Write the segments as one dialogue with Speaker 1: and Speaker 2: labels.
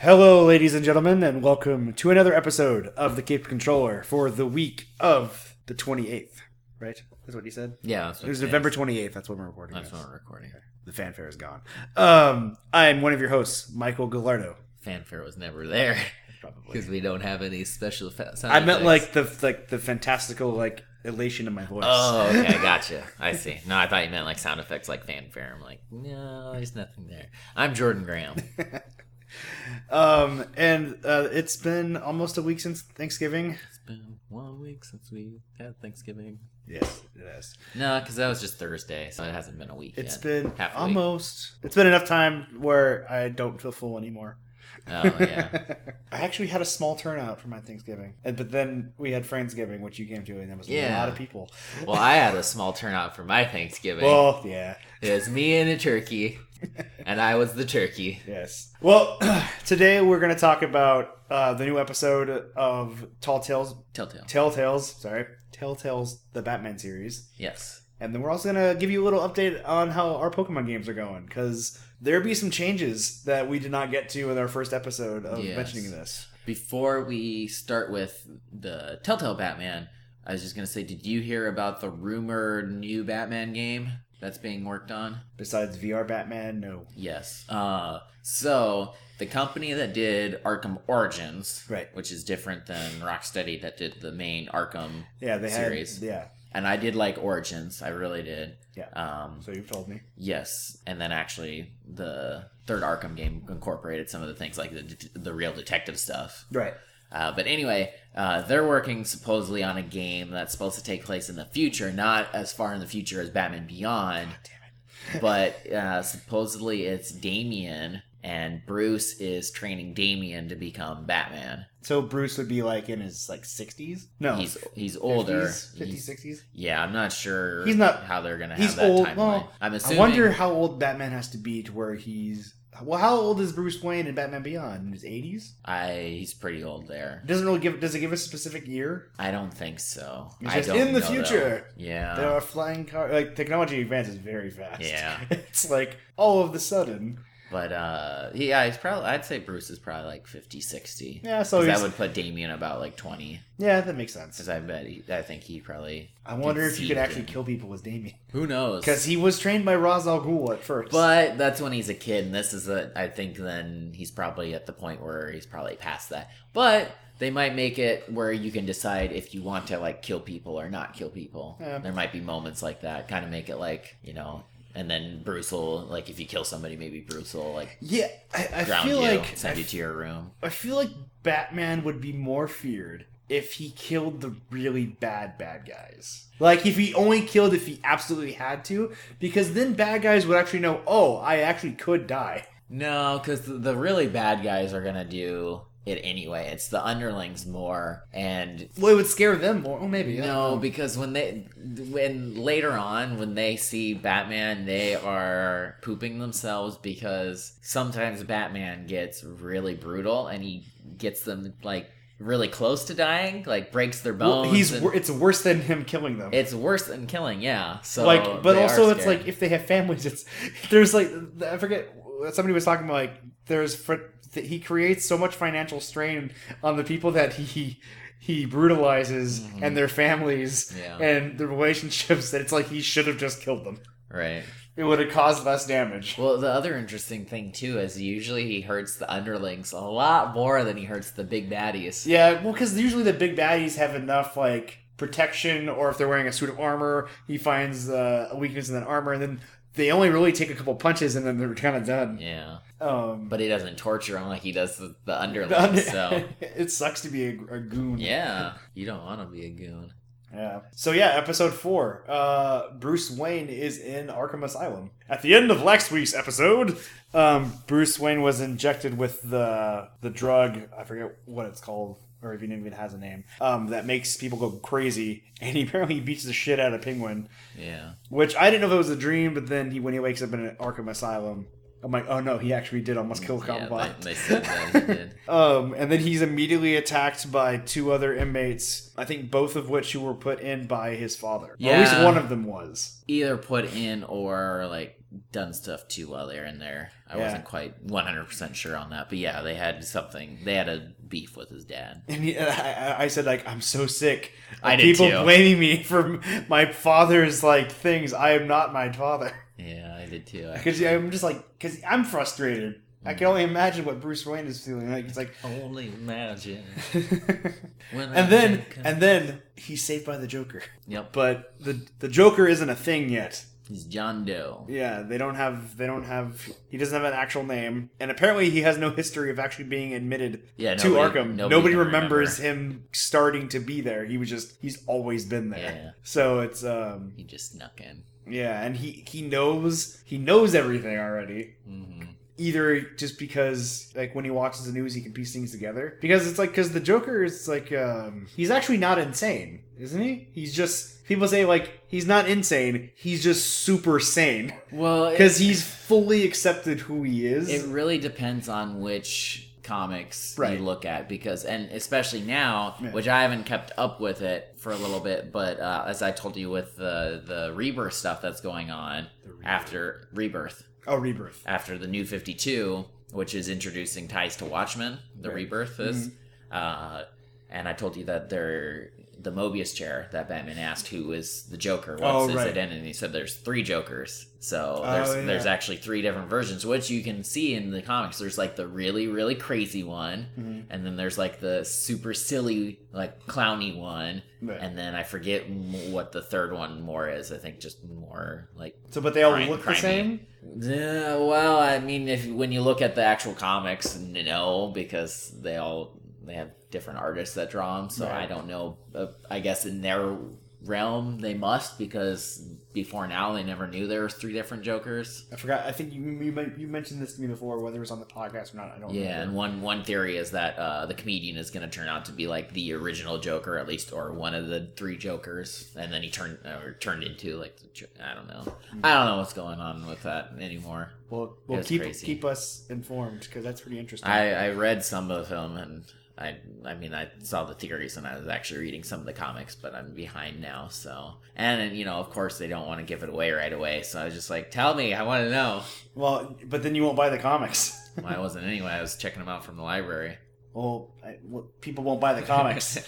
Speaker 1: Hello, ladies and gentlemen, and welcome to another episode of the Cape Controller for the week of the 28th. Right? That's what he said.
Speaker 2: Yeah, that's
Speaker 1: It
Speaker 2: what
Speaker 1: was
Speaker 2: it
Speaker 1: November
Speaker 2: is.
Speaker 1: 28th. That's when we're recording.
Speaker 2: That's
Speaker 1: this.
Speaker 2: when we're recording.
Speaker 1: The fanfare is gone. Um, I'm one of your hosts, Michael Gallardo.
Speaker 2: Fanfare was never there
Speaker 1: Probably.
Speaker 2: because we don't have any special fa- sound
Speaker 1: I meant
Speaker 2: effects.
Speaker 1: like the like the fantastical like elation in my voice.
Speaker 2: Oh, okay, I gotcha. I see. No, I thought you meant like sound effects, like fanfare. I'm like, no, there's nothing there. I'm Jordan Graham.
Speaker 1: Um, and uh, it's been almost a week since Thanksgiving.
Speaker 2: It's been one week since we had Thanksgiving.
Speaker 1: Yes, it is.
Speaker 2: No, because that was just Thursday, so it hasn't been a week.
Speaker 1: It's
Speaker 2: yet.
Speaker 1: been
Speaker 2: Half a week.
Speaker 1: almost. It's been enough time where I don't feel full anymore.
Speaker 2: Oh yeah.
Speaker 1: I actually had a small turnout for my Thanksgiving, and but then we had Friendsgiving, which you came to, and there was a
Speaker 2: Yeah.
Speaker 1: lot of people.
Speaker 2: Well, I had a small turnout for my Thanksgiving.
Speaker 1: Well, yeah,
Speaker 2: it was me and a turkey, and I was the turkey.
Speaker 1: yes. Well, today we're going to talk about uh, the new episode of Tall Tales,
Speaker 2: Telltale.
Speaker 1: Telltales, sorry, Telltales, the Batman series,
Speaker 2: Yes.
Speaker 1: and then we're also going to give you a little update on how our Pokemon games are going because there be some changes that we did not get to in our first episode of
Speaker 2: Yes.
Speaker 1: mentioning this.
Speaker 2: Before we start with the Telltale Batman, I was just gonna say, did you hear about the rumored new Batman game that's being worked on?
Speaker 1: Besides VR Batman, no.
Speaker 2: Yes. Uh, so the company that did Arkham Origins,
Speaker 1: Right.
Speaker 2: which is different than Rocksteady that did the main Arkham,
Speaker 1: Yeah, they
Speaker 2: Series.
Speaker 1: had. Yeah,
Speaker 2: and I did like Origins, I really did.
Speaker 1: Yeah.
Speaker 2: Um,
Speaker 1: so you've told me.
Speaker 2: Yes, and then actually the third Arkham game incorporated some of the things like the the real detective stuff.
Speaker 1: Right.
Speaker 2: Uh, but anyway, uh, they're working supposedly on a game that's supposed to take place in the future, not as far in the future as Batman Beyond,
Speaker 1: Damn it.
Speaker 2: but uh, supposedly it's Damien, and Bruce is training Damien to become Batman.
Speaker 1: So Bruce would be like in his like 60s? No.
Speaker 2: He's he's older.
Speaker 1: 50s, 50s,
Speaker 2: He's-
Speaker 1: 60s.
Speaker 2: yeah, I'm not sure.
Speaker 1: He's not-
Speaker 2: how they're gonna have
Speaker 1: he's
Speaker 2: that
Speaker 1: old-
Speaker 2: timeline.
Speaker 1: well,
Speaker 2: I'm
Speaker 1: I
Speaker 2: assuming.
Speaker 1: wonder how old Batman has to be to where he's Well, how old is Bruce Wayne in Batman Beyond? In his 80s?
Speaker 2: I he's pretty old there.
Speaker 1: It doesn't really give does it give a specific year?
Speaker 2: I don't think so.
Speaker 1: It's
Speaker 2: I
Speaker 1: just
Speaker 2: don't
Speaker 1: in the
Speaker 2: know,
Speaker 1: future.
Speaker 2: though. Yeah.
Speaker 1: There are flying car like technology advances very fast.
Speaker 2: Uh. Yeah.
Speaker 1: It's like all of the sudden.
Speaker 2: But uh yeah, he's probably I'd say Bruce is probably like 50, 60.
Speaker 1: Yeah, so
Speaker 2: 'Cause
Speaker 1: Oh, he's
Speaker 2: that would put Damien about like 20
Speaker 1: Yeah, that makes sense.
Speaker 2: cuz I bet he, I think he probably
Speaker 1: I wonder if you could
Speaker 2: conceived
Speaker 1: actually
Speaker 2: him.
Speaker 1: kill people with Damien.
Speaker 2: who knows.
Speaker 1: Because he was trained by Ra's al Ghul at first.
Speaker 2: But that's when he's a kid and this is a I think then he's probably at the point where he's probably past that. But they might make it where you can decide if you want to like kill people or not kill people.
Speaker 1: Yeah.
Speaker 2: There might be moments like that, kind of make it like, you know, and then Bruce will like if you kill somebody, maybe Bruce will like
Speaker 1: yeah, I, I
Speaker 2: ground
Speaker 1: feel
Speaker 2: you,
Speaker 1: like
Speaker 2: send
Speaker 1: I
Speaker 2: you to your room.
Speaker 1: I feel like Batman would be more feared if he killed the really bad bad guys. Like if he only killed if he absolutely had to, because then bad guys would actually know, oh, I actually could die.
Speaker 2: No, because the, the really bad guys are gonna do it anyway. It's the underlings more, and
Speaker 1: Well, it would scare them more. Oh, maybe I
Speaker 2: no,
Speaker 1: don't know.
Speaker 2: because when they when later on when they see Batman, they are pooping themselves because sometimes Batman gets really brutal and he gets them like really close to dying, like breaks their
Speaker 1: Well,
Speaker 2: bones.
Speaker 1: he's
Speaker 2: and
Speaker 1: wor- it's worse than him killing them.
Speaker 2: it's worse than killing, yeah. So
Speaker 1: like, but
Speaker 2: they are
Speaker 1: also it's
Speaker 2: scared.
Speaker 1: like if they have families, it's there's like I forget somebody was talking about like there's fr- that he creates so much financial strain on the people that he he brutalizes
Speaker 2: Mhm.
Speaker 1: and their families
Speaker 2: Yeah.
Speaker 1: and the relationships that it's like he should have just killed them.
Speaker 2: right.
Speaker 1: It would have caused less damage.
Speaker 2: Well, the other interesting thing too is usually he hurts the underlings a lot more than he hurts the big baddies.
Speaker 1: Yeah, well, because usually the big baddies have enough like protection, or if they're wearing a suit of armor, he finds uh, a weakness in that armor, and then they only really take a couple punches, and then they're kind of done.
Speaker 2: Yeah,
Speaker 1: Um,
Speaker 2: but he doesn't torture them like he does the, the underlings. so
Speaker 1: it sucks to be a, a goon.
Speaker 2: yeah, you don't want to be a goon.
Speaker 1: Yeah. So yeah, episode four. Uh, Bruce Wayne is in Arkham Asylum. At the end of last week's episode, um, Bruce Wayne was injected with the the drug. I forget what it's called, or if it even has a name. Um, that makes people go crazy, and he apparently beats the shit out of Penguin.
Speaker 2: Yeah,
Speaker 1: Which I didn't know if it was a dream, but then he when he wakes up in an Arkham Asylum, I'm like, oh no, he actually did almost kill
Speaker 2: yeah
Speaker 1: Cobblepot.
Speaker 2: they, they said that he did.
Speaker 1: Um, and then he's immediately attacked by two other inmates. I think both of which who were put in by his father. Or at least
Speaker 2: Yeah.
Speaker 1: one of them was.
Speaker 2: Either put in or like done stuff too while they're in there. I
Speaker 1: Yeah.
Speaker 2: wasn't quite 100% sure on that, but yeah, they had something. They had a beef with his dad.
Speaker 1: And he, I, I- I said like I'm so sick. of
Speaker 2: I did
Speaker 1: people
Speaker 2: too.
Speaker 1: blaming me for my father's like things. I am not my father.
Speaker 2: Yeah, I did too.
Speaker 1: Because I'm just like because I'm frustrated. I can only imagine what Bruce Wayne is feeling like. It's like,
Speaker 2: Only imagine. When I
Speaker 1: and then
Speaker 2: think of-
Speaker 1: and then he's saved by the Joker.
Speaker 2: yep,
Speaker 1: But the the Joker isn't a thing yet.
Speaker 2: he's John Doe.
Speaker 1: Yeah, they don't have they don't have he doesn't have an actual name, and apparently he has no history of actually being admitted
Speaker 2: Yeah,
Speaker 1: to
Speaker 2: nobody-
Speaker 1: Arkham. Nobody,
Speaker 2: nobody can
Speaker 1: remembers him starting to be there. He was just he's always been there.
Speaker 2: Yeah.
Speaker 1: So it's um
Speaker 2: He just snuck in.
Speaker 1: yeah, and he he knows he knows everything already.
Speaker 2: hmm
Speaker 1: Either just because like when he watches the news, he can piece things together. Because it's like because the Joker is like um he's actually not insane, isn't he? He's just people say like he's not insane. He's just super sane
Speaker 2: Well, it-
Speaker 1: because he's fully accepted who he is.
Speaker 2: It really depends on which comics
Speaker 1: Right.
Speaker 2: you look at because and especially now
Speaker 1: Yeah.
Speaker 2: which i haven't kept up with it for a little bit but uh, as i told you with the the rebirth stuff that's going on after rebirth
Speaker 1: oh, rebirth.
Speaker 2: after the new 52 which is introducing ties to watchmen the
Speaker 1: Right. Mm-hmm.
Speaker 2: rebirth is uh, and i told you that they're the mobius chair that batman asked who is the joker what's
Speaker 1: Oh,
Speaker 2: his
Speaker 1: right.
Speaker 2: identity and he said there's three jokers so
Speaker 1: Oh,
Speaker 2: there's
Speaker 1: yeah.
Speaker 2: there's actually three different versions which you can see in the comics there's like the really really crazy one
Speaker 1: Mhm.
Speaker 2: and then there's like the super silly like clowny one
Speaker 1: Right.
Speaker 2: and then i forget m- what the third one more is i think just more like
Speaker 1: So, but they all
Speaker 2: Crime-
Speaker 1: look the
Speaker 2: crimey.
Speaker 1: same.
Speaker 2: yeah, well, I mean, if when you look at the actual comics, no, because they all they have different artists that draw them. So
Speaker 1: Right.
Speaker 2: I don't know. Uh, I guess in their realm, they must because before now they never knew there was three different Jokers.
Speaker 1: I forgot. I think you you, men- you mentioned this to me before, whether it was on the podcast or not. I don't.
Speaker 2: Yeah, and
Speaker 1: remember.
Speaker 2: one one theory is that uh, the comedian is going to turn out to be like the original Joker, at least, or one of the three Jokers, and then he turned or turned into like the, Jo- I don't know. I don't know what's going on with that anymore.
Speaker 1: Well, well,
Speaker 2: was
Speaker 1: keep
Speaker 2: crazy.
Speaker 1: keep us informed because that's pretty interesting.
Speaker 2: I, I read some of them, and I I mean I saw the theories, and I was actually reading some of the comics, but I'm behind now. So and you know of course they don't want to give it away right away, so I was just like, tell me, I want to know.
Speaker 1: well, but then you won't buy the comics.
Speaker 2: Well, I wasn't anyway. I was checking them out from the library.
Speaker 1: Well, I, well people won't buy the comics.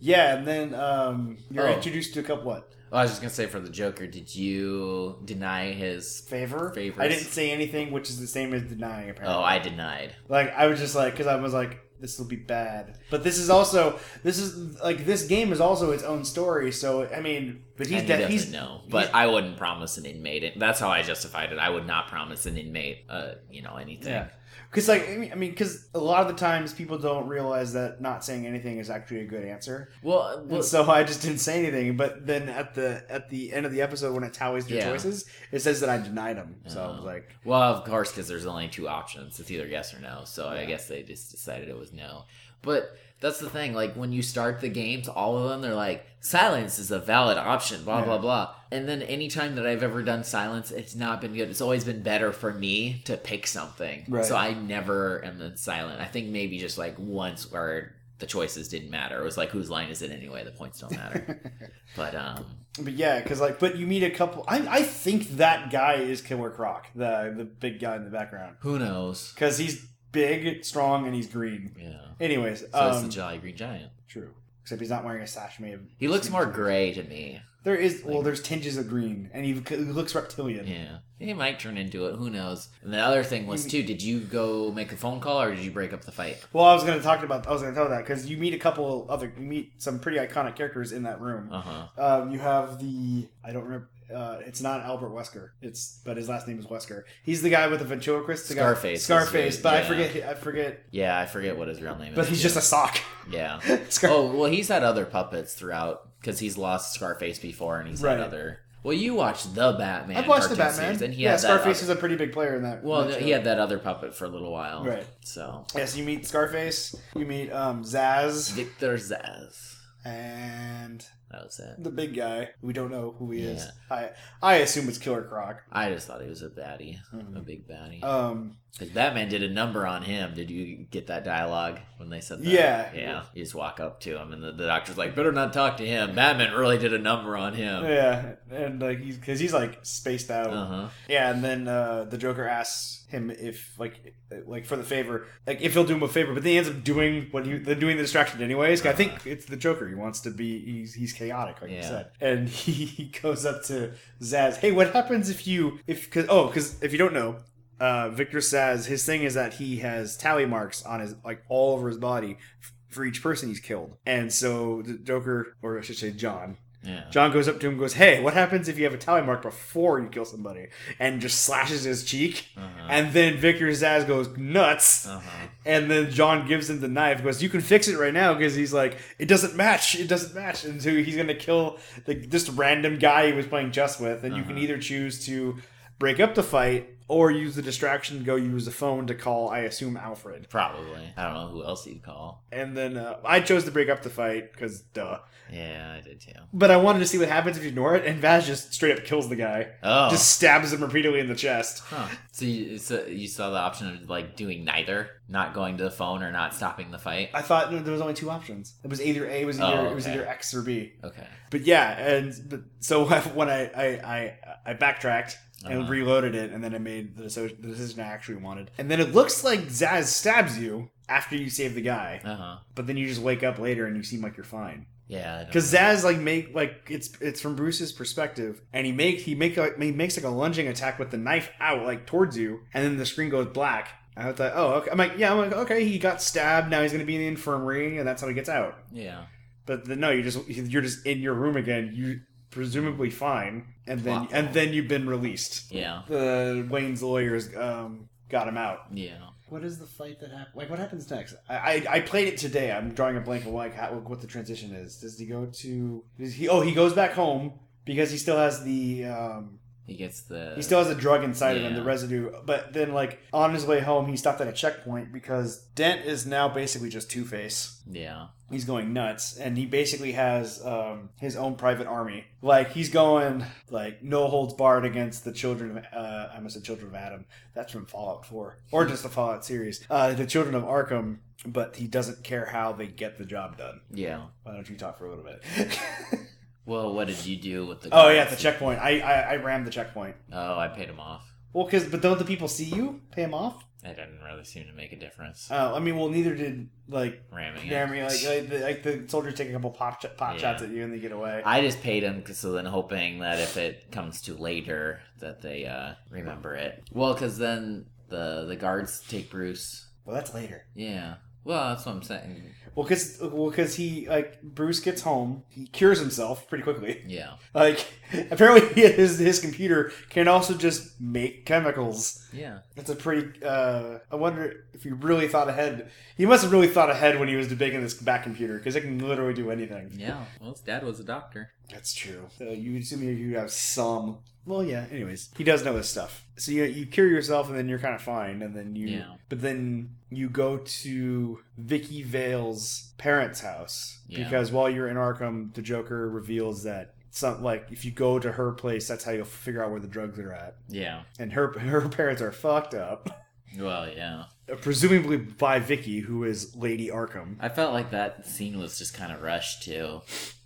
Speaker 1: yeah, and then um, you're
Speaker 2: Oh.
Speaker 1: introduced to a couple what
Speaker 2: well, I was just gonna say for the Joker, did you deny his?
Speaker 1: favor.
Speaker 2: Favors.
Speaker 1: I didn't say anything, which is the same as denying. Apparently,
Speaker 2: Oh, I denied.
Speaker 1: Like I was just like because I was like this will be bad, but this is also this is like this game is also its own story. So I mean, but he's
Speaker 2: and he
Speaker 1: dead.
Speaker 2: doesn't
Speaker 1: He's
Speaker 2: know, but
Speaker 1: he's-
Speaker 2: I wouldn't promise an inmate. It. That's how I justified it. I would not promise an inmate, uh, you know, anything.
Speaker 1: yeah. Because like I mean- I mean, because a lot of the times people don't realize that not saying anything is actually a good answer,
Speaker 2: Well, well
Speaker 1: and so I just didn't say anything. But then at the at the end of the episode, when it tallies your
Speaker 2: Yeah.
Speaker 1: choices, it says that I denied him. So I was
Speaker 2: Oh.
Speaker 1: like,
Speaker 2: Well, of course, because there's only two options. It's either yes or no. So I
Speaker 1: Yeah.
Speaker 2: guess they just decided it was no. But that's the thing. Like when you start the games, all of them they're like silence is a valid option. Blah blah
Speaker 1: Yeah.
Speaker 2: blah. And then anytime that I've ever done silence, it's not been good. It's always been better for me to pick something.
Speaker 1: Right.
Speaker 2: So I never am in silent. I think maybe just like once where the choices didn't matter. It was like whose line is it anyway? The points don't matter. but um,
Speaker 1: but yeah, because like, but you meet a couple. I I think that guy is Killer Croc, the the big guy in the background,
Speaker 2: who knows?
Speaker 1: because he's big, strong, and he's green.
Speaker 2: Yeah.
Speaker 1: Anyways,
Speaker 2: So it's
Speaker 1: um,
Speaker 2: the Jolly Green Giant.
Speaker 1: true. Except he's not wearing a sash. Maybe
Speaker 2: He looks more gray to me.
Speaker 1: There is well, there's tinges of green, and he he looks reptilian.
Speaker 2: Yeah. He might turn into it. Who knows? And the other thing was, too, did you go make a phone call or did you break up the fight?
Speaker 1: Well, I was going to talk about I was going to tell that because you meet a couple other you meet some pretty iconic characters in that room.
Speaker 2: Uh huh.
Speaker 1: Um, you have the I don't remember. Uh, it's not Albert Wesker. It's but his last name is Wesker. He's the guy with the ventriloquist. The guy-
Speaker 2: Scarface is
Speaker 1: Scarface,
Speaker 2: the-
Speaker 1: but I
Speaker 2: yeah.
Speaker 1: forget. I forget.
Speaker 2: Yeah, I forget what his real name is.
Speaker 1: But he's just a sock.
Speaker 2: Yeah.
Speaker 1: Scar-
Speaker 2: Oh, well, he's had other puppets throughout because he's lost Scarface before and he's
Speaker 1: Right.
Speaker 2: had other. Well, you watched the Batman.
Speaker 1: I've watched the
Speaker 2: cartoon
Speaker 1: Batman.
Speaker 2: series, and he
Speaker 1: yeah,
Speaker 2: had that
Speaker 1: Scarface
Speaker 2: other-
Speaker 1: is a pretty big player in that.
Speaker 2: Well,
Speaker 1: in that
Speaker 2: no,
Speaker 1: show.
Speaker 2: he had that other puppet for a little while.
Speaker 1: Right.
Speaker 2: So,
Speaker 1: Yes, you meet Scarface. You meet um, Zaz
Speaker 2: Victor Zaz.
Speaker 1: and
Speaker 2: That was it.
Speaker 1: The big guy. We don't know who he is.
Speaker 2: Yeah.
Speaker 1: I I assume it's Killer Croc.
Speaker 2: I just thought he was a baddie, a
Speaker 1: Mhm.
Speaker 2: big baddie.
Speaker 1: Um,
Speaker 2: Because Batman did a number on him. Did you get that dialogue when they said that?
Speaker 1: Yeah.
Speaker 2: Yeah. You just walk up to him, and the, the doctor's like, better not talk to him. Batman really did a number on him.
Speaker 1: yeah, and like he's because he's like spaced out.
Speaker 2: Uh huh.
Speaker 1: Yeah, and then uh, the Joker asks him if like like for the favor, like if he'll do him a favor, but then he ends up doing what he they're doing the distraction anyways. 'cause I think it's the Joker. He wants to be he's he's chaotic, like you
Speaker 2: Yeah.
Speaker 1: said, and he, he goes up to Zaz. Hey, what happens if you if cause, oh because if you don't know. Uh, Victor says his thing is that he has tally marks on his like all over his body f- for each person he's killed, and so the Joker, or I should say John,
Speaker 2: Yeah.
Speaker 1: John goes up to him and goes, Hey, what happens if you have a tally mark before you kill somebody? And just slashes his cheek.
Speaker 2: Uh-huh.
Speaker 1: And then Victor Zaz goes nuts.
Speaker 2: Uh-huh.
Speaker 1: And then John gives him the knife, goes, You can fix it right now. Because he's like, It doesn't match. It doesn't match. And so he's going to kill the, this random guy he was playing chess with. And you can
Speaker 2: Uh-huh.
Speaker 1: either choose to break up the fight or use the distraction, go use the phone to call, I assume, Alfred.
Speaker 2: Probably. I don't know who else he'd call.
Speaker 1: And then uh, I chose to break up the fight because duh.
Speaker 2: Yeah, I did too.
Speaker 1: But I wanted to see what happens if you ignore it. And Vaz just straight up kills the guy.
Speaker 2: Oh.
Speaker 1: just stabs him repeatedly in the chest.
Speaker 2: Huh. So you, so you saw the option of like doing neither, not going to the phone or not stopping the fight.
Speaker 1: I thought there was only two options. It was either A, it was
Speaker 2: Oh,
Speaker 1: either it was
Speaker 2: okay.
Speaker 1: either X or B.
Speaker 2: Okay.
Speaker 1: But yeah, and but, so when I I I, I backtracked and
Speaker 2: Uh-huh.
Speaker 1: reloaded it, and then I made the, deso- the decision I actually wanted. And then it looks like Zaz stabs you after you save the guy,
Speaker 2: Uh huh.
Speaker 1: but then you just wake up later and you seem like you're fine.
Speaker 2: Yeah. I don't-
Speaker 1: Because Zaz like make like it's it's from Bruce's perspective, and he make he make like he makes like a lunging attack with the knife out like towards you, and then the screen goes black. I thought, oh, okay. I'm like, yeah, I'm like, okay, he got stabbed. Now he's gonna be in the infirmary, and that's how he gets out.
Speaker 2: Yeah.
Speaker 1: But then, no, you just you're just in your room again. You presumably fine, and then
Speaker 2: Wow.
Speaker 1: and then you've been released.
Speaker 2: Yeah.
Speaker 1: The Wayne's lawyers um got him out.
Speaker 2: Yeah.
Speaker 1: What is the fight that happened? Like, what happens next? I, I I played it today. I'm drawing a blank of like how, what the transition is. Does he go to? Does he? Oh, he goes back home because he still has the um
Speaker 2: He gets the.
Speaker 1: he still has the drug inside of him, the
Speaker 2: Yeah.
Speaker 1: residue. But then like on his way home, he stopped at a checkpoint because Dent is now basically just Two Face.
Speaker 2: Yeah.
Speaker 1: He's going nuts, and he basically has um, his own private army. Like he's going like no holds barred against the children. Of, uh, I must say, children of Adam. That's from Fallout Four, or just the Fallout series. Uh, the children of Arkham, but he doesn't care how they get the job done.
Speaker 2: Yeah.
Speaker 1: Why don't you talk for a little bit?
Speaker 2: Well, what did you do with the?
Speaker 1: oh yeah, the
Speaker 2: guards?
Speaker 1: checkpoint. I I, I rammed the checkpoint.
Speaker 2: Oh, I paid him off.
Speaker 1: Well, because but don't the people see you pay him off?
Speaker 2: It didn't really seem to make a difference.
Speaker 1: Uh, I mean, well, neither did like
Speaker 2: Ramming. it.
Speaker 1: Jeremy. Like like the, like the soldiers take a couple pop ch- pop
Speaker 2: Yeah.
Speaker 1: shots at you and they get away.
Speaker 2: I just paid him 'cause- so then hoping that if it comes to later that they uh, remember it. Well, because then the the guards take Bruce.
Speaker 1: well, that's later.
Speaker 2: Yeah. Well, that's what I'm saying.
Speaker 1: Well, because he like Bruce gets home, he cures himself pretty quickly.
Speaker 2: Yeah.
Speaker 1: Like apparently his his computer can also just make chemicals.
Speaker 2: Yeah.
Speaker 1: That's a pretty. Uh, I wonder if he really thought ahead. He must have really thought ahead when he was debating this back computer because it can literally do anything.
Speaker 2: Yeah. Well, his dad was a doctor.
Speaker 1: That's true. So you would assume you have some. Well, yeah. Anyways, he does know this stuff. So you you cure yourself, and then you're kind of fine, and then you.
Speaker 2: Yeah.
Speaker 1: But then you go to Vicky Vale's parents' house
Speaker 2: Yeah.
Speaker 1: because while you're in Arkham, the Joker reveals that some like if you go to her place, that's how you'll figure out where the drugs are at.
Speaker 2: Yeah.
Speaker 1: And her her parents are fucked up,
Speaker 2: Well, yeah.
Speaker 1: presumably by Vicky, who is Lady Arkham.
Speaker 2: I felt like that scene was just kind of rushed too.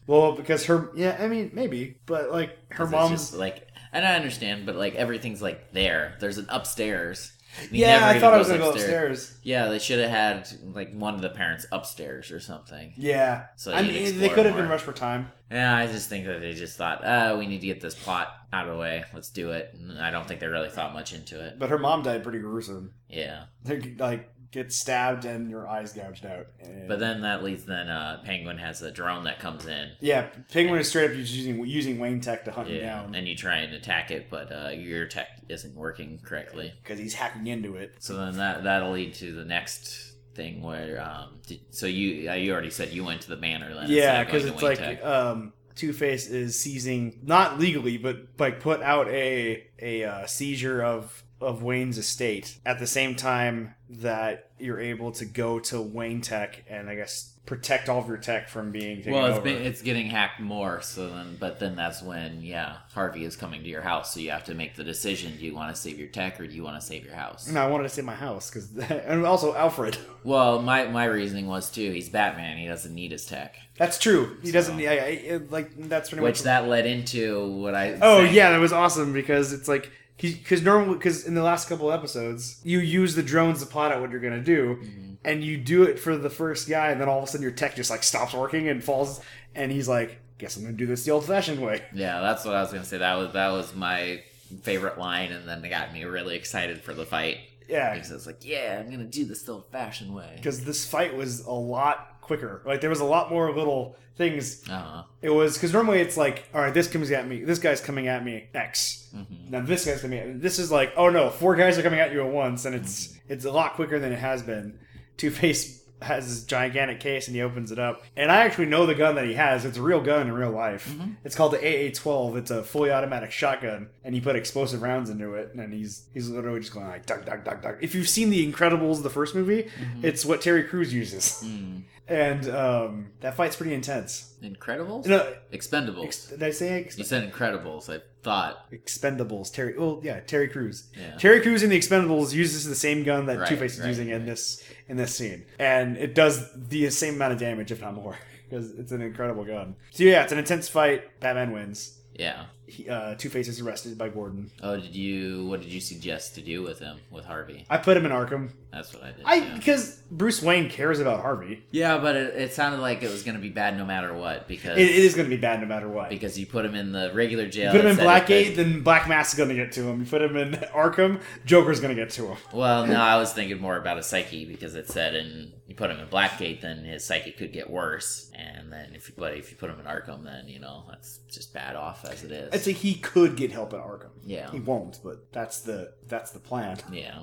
Speaker 1: Well, because her yeah, I mean maybe, but like
Speaker 2: 'Cause
Speaker 1: her
Speaker 2: it's
Speaker 1: mom's
Speaker 2: just, like, and I understand, but like everything's like there. There's an upstairs. And he
Speaker 1: yeah,
Speaker 2: never
Speaker 1: I
Speaker 2: even
Speaker 1: thought I was
Speaker 2: goes
Speaker 1: gonna go upstairs.
Speaker 2: Yeah, they should have had like one of the parents upstairs or something.
Speaker 1: Yeah.
Speaker 2: So
Speaker 1: I
Speaker 2: you'd
Speaker 1: mean, they
Speaker 2: explore
Speaker 1: could have been
Speaker 2: more.
Speaker 1: rushed for time.
Speaker 2: Yeah, I just think that they just thought, uh, we need to get this plot out of the way. Let's do it. And I don't think they really thought much into it.
Speaker 1: But her mom died pretty gruesome.
Speaker 2: Yeah.
Speaker 1: They, like, get stabbed and your eyes gouged out. And-
Speaker 2: But then that leads then uh Penguin has a drone that comes in.
Speaker 1: yeah, Penguin is straight up just using, using Wayne Tech to hunt him
Speaker 2: Yeah.
Speaker 1: down.
Speaker 2: And you try and attack it, but uh your tech isn't working correctly.
Speaker 1: Because he's hacking into it.
Speaker 2: So then that that'll lead to the next thing where um did, so you uh, you already said you went to the manor then
Speaker 1: yeah,
Speaker 2: instead of going
Speaker 1: because
Speaker 2: to
Speaker 1: it's
Speaker 2: Wayne
Speaker 1: like
Speaker 2: Tech.
Speaker 1: um, Two Face is seizing, not legally, but like put out a, a uh, seizure of of Wayne's estate at the same time that you're able to go to Wayne Tech and I guess protect all of your tech from being taken
Speaker 2: well, it's
Speaker 1: over.
Speaker 2: been, it's getting hacked more. So then, but then that's when yeah, Harvey is coming to your house. So you have to make the decision: do you want to save your tech or do you want to save your house?
Speaker 1: no, I wanted to say my house because, and also Alfred.
Speaker 2: Well, my my reasoning was too. He's Batman. He doesn't need his tech,
Speaker 1: That's true. He doesn't.
Speaker 2: So-
Speaker 1: Yeah, yeah, it- like that's pretty
Speaker 2: which
Speaker 1: much.
Speaker 2: that led into what I.
Speaker 1: oh
Speaker 2: saying.
Speaker 1: yeah, that was awesome because it's like because normally because in the last couple episodes you use the drones to plot out what you're gonna do,
Speaker 2: Mm-hmm.
Speaker 1: and you do it for the first guy, and then all of a sudden your tech just like stops working and falls, and he's like, "Guess I'm gonna do this the old-fashioned way."
Speaker 2: Yeah, that's what I was gonna say. That was that was my favorite line, and then it got me really excited for the fight
Speaker 1: Yeah,
Speaker 2: because I was like, yeah, I'm gonna do this the old-fashioned way.
Speaker 1: because this fight was a lot quicker. Like there was a lot more little things.
Speaker 2: Uh-huh.
Speaker 1: It was because normally it's like, all right, this comes at me. This guy's coming at me X.
Speaker 2: Mhm.
Speaker 1: Now this guy's coming. At, this is like, oh no, four guys are coming at you at once, and it's it's a lot quicker than it has been. Two Face has this gigantic case, and he opens it up. And I actually know the gun that he has. It's a real gun in real life. It's called the AA-12. It's a fully automatic shotgun, and he put explosive rounds into it. And he's he's literally just going like, duck, duck, duck, duck. If you've seen The Incredibles, the first movie, it's what Terry Crews uses,
Speaker 2: Mm.
Speaker 1: and um, that fight's pretty intense.
Speaker 2: Incredibles,
Speaker 1: No,
Speaker 2: Expendables.
Speaker 1: ex- did I say ex-
Speaker 2: you said Incredibles. I thought.
Speaker 1: Expendables? Terry, well, yeah, Terry Crews.
Speaker 2: Yeah.
Speaker 1: Terry Crews in the Expendables uses the same gun that
Speaker 2: Right,
Speaker 1: Two Face is
Speaker 2: right,
Speaker 1: using in this in this scene, and it does the same amount of damage, if not more, because it's an incredible gun. So yeah, it's an intense fight. Batman wins.
Speaker 2: Yeah.
Speaker 1: He, uh, Two Face is arrested by Gordon.
Speaker 2: Oh, did you? What did you suggest to do with him with Harvey?
Speaker 1: I put him in Arkham.
Speaker 2: That's what I did.
Speaker 1: I
Speaker 2: yeah.
Speaker 1: because Bruce Wayne cares about Harvey.
Speaker 2: Yeah, but it, it sounded like it was gonna be bad no matter what because
Speaker 1: It, it is going to be bad no matter what.
Speaker 2: because you put him in the regular jail.
Speaker 1: You put him in
Speaker 2: that said it
Speaker 1: Blackgate, then Black Mask is going to get to him. You put him in Arkham, Joker's going to get to him.
Speaker 2: could- Well, no, I was thinking more about a psyche because it said, and you put him in Blackgate, then his psyche could get worse, and then if you but if you put him in Arkham, then you know that's just bad off as it is.
Speaker 1: I'd say he could get help at Arkham.
Speaker 2: yeah,
Speaker 1: He won't, but that's the that's the plan.
Speaker 2: yeah,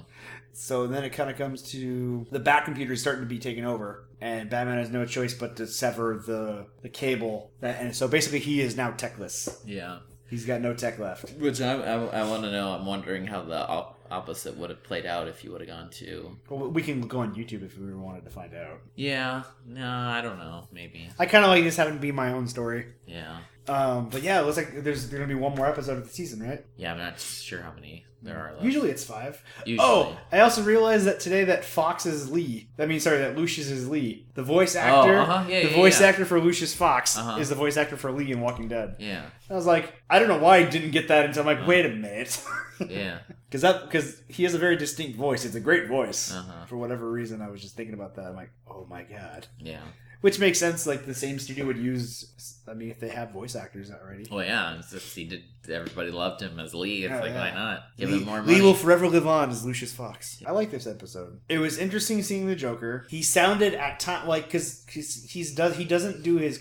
Speaker 1: So then it kind of comes to the bat computer is starting to be taken over, and Batman has no choice but to sever the the cable. That, and so basically, he is now techless.
Speaker 2: yeah.
Speaker 1: He's got no tech left.
Speaker 2: Which I I, I want to know. I'm wondering how the op- opposite would have played out if you would have gone to.
Speaker 1: Well, we can go on YouTube if we wanted to find out.
Speaker 2: Yeah, no, I don't know. Maybe.
Speaker 1: I kind of like this having to be my own story.
Speaker 2: Yeah,
Speaker 1: Um, but yeah, it looks like there's going to be one more episode of the season, right?
Speaker 2: yeah. I'm not sure how many there are. Left.
Speaker 1: Usually it's five.
Speaker 2: Usually.
Speaker 1: Oh, I also realized that today that Fox is Lee. I mean, sorry, that Lucius is Lee. The voice actor,
Speaker 2: uh-huh. Yeah,
Speaker 1: the
Speaker 2: yeah,
Speaker 1: voice
Speaker 2: yeah.
Speaker 1: actor for Lucius Fox
Speaker 2: Uh-huh.
Speaker 1: is the voice actor for Lee in Walking Dead.
Speaker 2: Yeah,
Speaker 1: I was like, I don't know why I didn't get that until I'm like, wait a minute,
Speaker 2: Uh-huh. yeah.
Speaker 1: because that because he has a very distinct voice. It's a great voice.
Speaker 2: Uh-huh.
Speaker 1: For whatever reason, I was just thinking about that. I'm like, oh my god,
Speaker 2: Yeah.
Speaker 1: which makes sense. Like the same studio would use. I mean, if they have voice actors already,
Speaker 2: Well, yeah. It's just he did. Everybody loved him as Lee. It's
Speaker 1: Oh,
Speaker 2: like
Speaker 1: yeah.
Speaker 2: why not give
Speaker 1: Lee,
Speaker 2: him more money?
Speaker 1: Lee will forever live on as Lucius Fox. I like this episode. It was interesting seeing the Joker. He sounded at time like because he's does he doesn't do his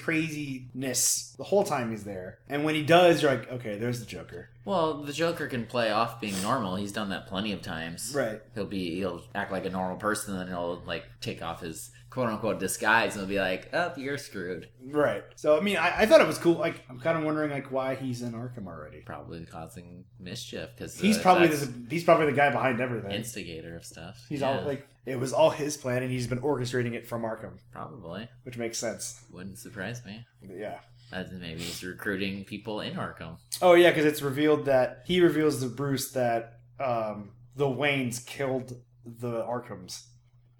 Speaker 1: craziness the whole time he's there, and when he does, you're like, okay, there's the Joker,
Speaker 2: well, the Joker can play off being normal. He's done that plenty of times.
Speaker 1: right?
Speaker 2: He'll be. He'll act like a normal person, and he'll like take off his quote unquote disguise, and he'll be like, "Oh, you're screwed."
Speaker 1: Right. So I mean, I, I thought it was cool. Like I'm kind of wondering like why he's in Arkham already.
Speaker 2: Probably causing mischief because
Speaker 1: He's probably the, he's probably the guy behind everything.
Speaker 2: instigator of stuff.
Speaker 1: he's
Speaker 2: yeah,
Speaker 1: all like it was all his plan, and he's been orchestrating it from Arkham,
Speaker 2: probably
Speaker 1: which makes sense.
Speaker 2: wouldn't surprise me.
Speaker 1: But yeah.
Speaker 2: Uh, maybe he's recruiting people in Arkham.
Speaker 1: Oh yeah, because it's revealed that he reveals to Bruce that um, the Waynes killed the Arkhams,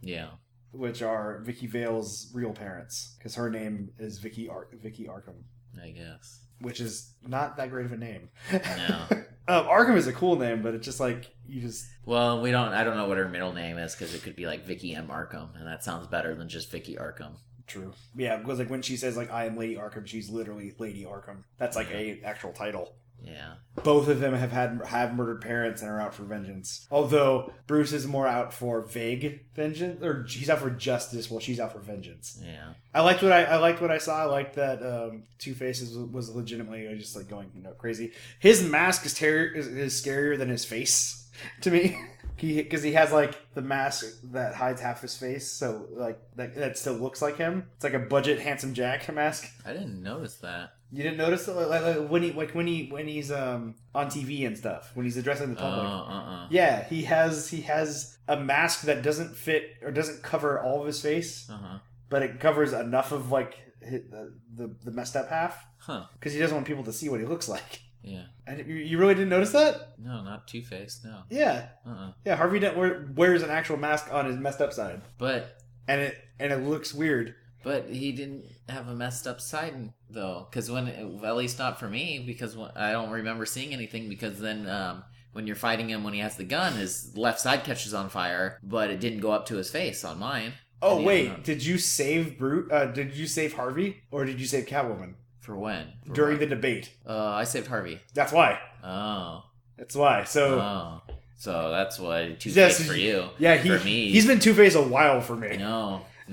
Speaker 2: Yeah.
Speaker 1: which are Vicky Vale's real parents, because her name is Vicky Ar- Vicky Arkham,
Speaker 2: I guess.
Speaker 1: which is not that great of a name.
Speaker 2: No.
Speaker 1: um, Arkham is a cool name, but it's just like you just
Speaker 2: Well, we don't. I don't know what her middle name is because it could be like Vicky M. Arkham, and that sounds better than just Vicky Arkham.
Speaker 1: True. Yeah, because like when she says like I am Lady Arkham, she's literally Lady Arkham. That's like a actual title.
Speaker 2: Yeah.
Speaker 1: Both of them have had have murdered parents and are out for vengeance. Although Bruce is more out for vague vengeance, or he's out for justice while she's out for vengeance.
Speaker 2: Yeah.
Speaker 1: I liked what I, I liked what I saw. I liked that um, Two Faces was legitimately just like going you know, crazy. His mask is terror is, is scarier than his face to me. He because he has like the mask that hides half his face, so like that, that still looks like him. It's like a budget handsome Jack mask.
Speaker 2: I didn't notice that.
Speaker 1: You didn't notice it? Like, like, like when he like when he when he's um on TV and stuff when he's addressing the
Speaker 2: Oh,
Speaker 1: public.
Speaker 2: uh-uh.
Speaker 1: Yeah, he has he has a mask that doesn't fit or doesn't cover all of his face,
Speaker 2: Uh-huh.
Speaker 1: but it covers enough of like hi- the the, the messed up half
Speaker 2: Huh.
Speaker 1: because he doesn't want people to see what he looks like.
Speaker 2: Yeah.
Speaker 1: And you, you really didn't notice that?
Speaker 2: No, not Two Face. No.
Speaker 1: Yeah,
Speaker 2: Uh-uh.
Speaker 1: yeah. Harvey Dent wear, wears an actual mask on his messed up side,
Speaker 2: But
Speaker 1: and it and it looks weird.
Speaker 2: but he didn't have a messed up side though, because when at least not for me, because when, I don't remember seeing anything. Because then um, when you're fighting him when he has the gun, his left side catches on fire, but it didn't go up to his face on mine.
Speaker 1: Oh
Speaker 2: Yeah.
Speaker 1: wait, did you save Brute? Uh, did you save Harvey or did you save Catwoman
Speaker 2: For when? For
Speaker 1: during the
Speaker 2: what?
Speaker 1: debate?
Speaker 2: Uh, I saved Harvey.
Speaker 1: That's why.
Speaker 2: Oh.
Speaker 1: That's why. So
Speaker 2: Oh. So that's why two
Speaker 1: Yes,
Speaker 2: face for you.
Speaker 1: yeah, he
Speaker 2: for me.
Speaker 1: he's been Two Face a while for me.
Speaker 2: No,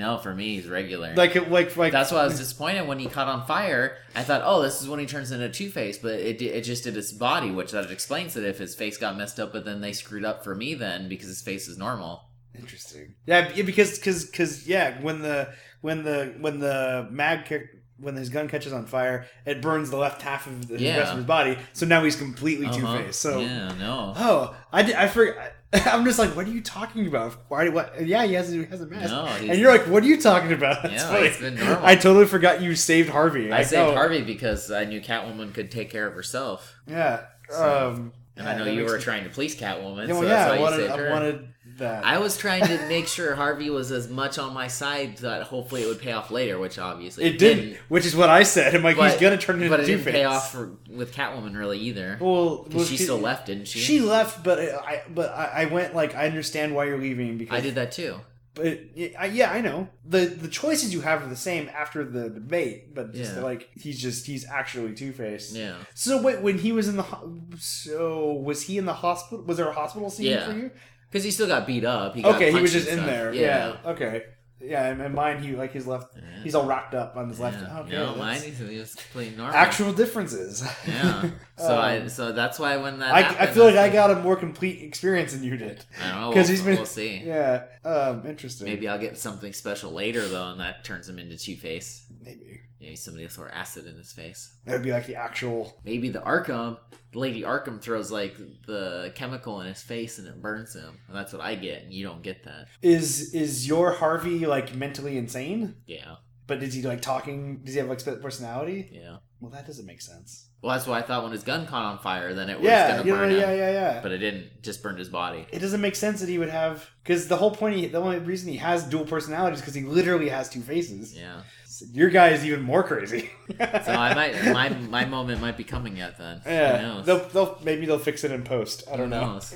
Speaker 2: no, for me he's regular.
Speaker 1: Like like like
Speaker 2: That's why I was disappointed when he caught on fire. I thought, oh, this is when he turns into Two Face, but it, di- it just did his body, which that explains it. If his face got messed up, but then they screwed up for me then because his face is normal.
Speaker 1: Interesting. Yeah, b- because because because yeah, when the when the when the mag kick, when his gun catches on fire, it burns the left half of the
Speaker 2: Yeah.
Speaker 1: rest of his body. So now he's completely
Speaker 2: Uh-huh.
Speaker 1: two faced. So
Speaker 2: yeah, no,
Speaker 1: oh, I did, I forgot. I'm just like, what are you talking about? Why? What? Yeah, he has he has a mask.
Speaker 2: no. he's-
Speaker 1: And you're like, what are you talking about? That's
Speaker 2: Yeah,
Speaker 1: funny.
Speaker 2: it's been normal.
Speaker 1: I totally forgot you saved Harvey.
Speaker 2: I
Speaker 1: Like,
Speaker 2: saved
Speaker 1: oh,
Speaker 2: Harvey because I knew Catwoman could take care of herself,
Speaker 1: Yeah.
Speaker 2: So-
Speaker 1: um,
Speaker 2: and
Speaker 1: yeah,
Speaker 2: I know
Speaker 1: that
Speaker 2: you
Speaker 1: makes
Speaker 2: were
Speaker 1: me-
Speaker 2: trying to police Catwoman,
Speaker 1: Yeah, well,
Speaker 2: so
Speaker 1: yeah,
Speaker 2: that's why
Speaker 1: I
Speaker 2: you
Speaker 1: wanted,
Speaker 2: saved her.
Speaker 1: I wanted that.
Speaker 2: I was trying to make sure Harvey was as much on my side that hopefully it would pay off later, which obviously
Speaker 1: it didn't, which is what I said. I'm like,
Speaker 2: But-
Speaker 1: he's gonna turn into
Speaker 2: But it
Speaker 1: two
Speaker 2: didn't
Speaker 1: face.
Speaker 2: pay off for, with Catwoman really either.
Speaker 1: Well,
Speaker 2: 'Cause
Speaker 1: well,
Speaker 2: she,
Speaker 1: she-
Speaker 2: still left, didn't she?
Speaker 1: She left, but I but I, I went like I understand why you're leaving because
Speaker 2: I did that too.
Speaker 1: But I, yeah, I know the the choices you have are the same after the debate, but just
Speaker 2: Yeah.
Speaker 1: like he's just he's actually Two Face.
Speaker 2: Yeah.
Speaker 1: So wait, when he was in the ho- so was he in the hospital? Was there a hospital scene
Speaker 2: Yeah.
Speaker 1: for you?
Speaker 2: Because he still got beat up. He got
Speaker 1: Okay, he was
Speaker 2: punched
Speaker 1: just
Speaker 2: and
Speaker 1: in
Speaker 2: stuff.
Speaker 1: there. Yeah. Okay. Yeah, and, and mine he like his left.
Speaker 2: Yeah.
Speaker 1: He's all wrapped up on his left.
Speaker 2: Yeah.
Speaker 1: Okay,
Speaker 2: no,
Speaker 1: that's
Speaker 2: mine is- he was completely normal.
Speaker 1: actual differences.
Speaker 2: Yeah. So I
Speaker 1: Um,
Speaker 2: so that's why when that
Speaker 1: I, I
Speaker 2: happened,
Speaker 1: feel like I
Speaker 2: that's-
Speaker 1: got a more complete experience than you did.
Speaker 2: I don't know.
Speaker 1: 'cause
Speaker 2: We'll,
Speaker 1: he's been-
Speaker 2: we'll see.
Speaker 1: Yeah. Um. Interesting.
Speaker 2: Maybe I'll get something special later though, and that turns him into Two Face.
Speaker 1: Maybe.
Speaker 2: Maybe somebody will throw acid in his face.
Speaker 1: That would be like the actual.
Speaker 2: Maybe the Arkham, Lady Arkham, throws like the chemical in his face and it burns him, and that's what I get, and you don't get that.
Speaker 1: Is is your Harvey like mentally insane?
Speaker 2: Yeah,
Speaker 1: But is he like talking? Does he have like split personality?
Speaker 2: yeah.
Speaker 1: Well, that doesn't make sense.
Speaker 2: Well, that's why I thought when his gun caught on fire, then it was
Speaker 1: Yeah,
Speaker 2: gonna
Speaker 1: you know,
Speaker 2: burn him.
Speaker 1: yeah, yeah, yeah.
Speaker 2: But it didn't. Just burned his body.
Speaker 1: It doesn't make sense that he would have because the whole point, he, the only reason he has dual personalities because he literally has two faces.
Speaker 2: Yeah.
Speaker 1: So your guy is even more crazy.
Speaker 2: So I might my my moment might be coming yet then. Who
Speaker 1: Yeah,
Speaker 2: knows?
Speaker 1: they'll, they'll maybe they'll fix it in post. I
Speaker 2: Who
Speaker 1: don't know.
Speaker 2: knows?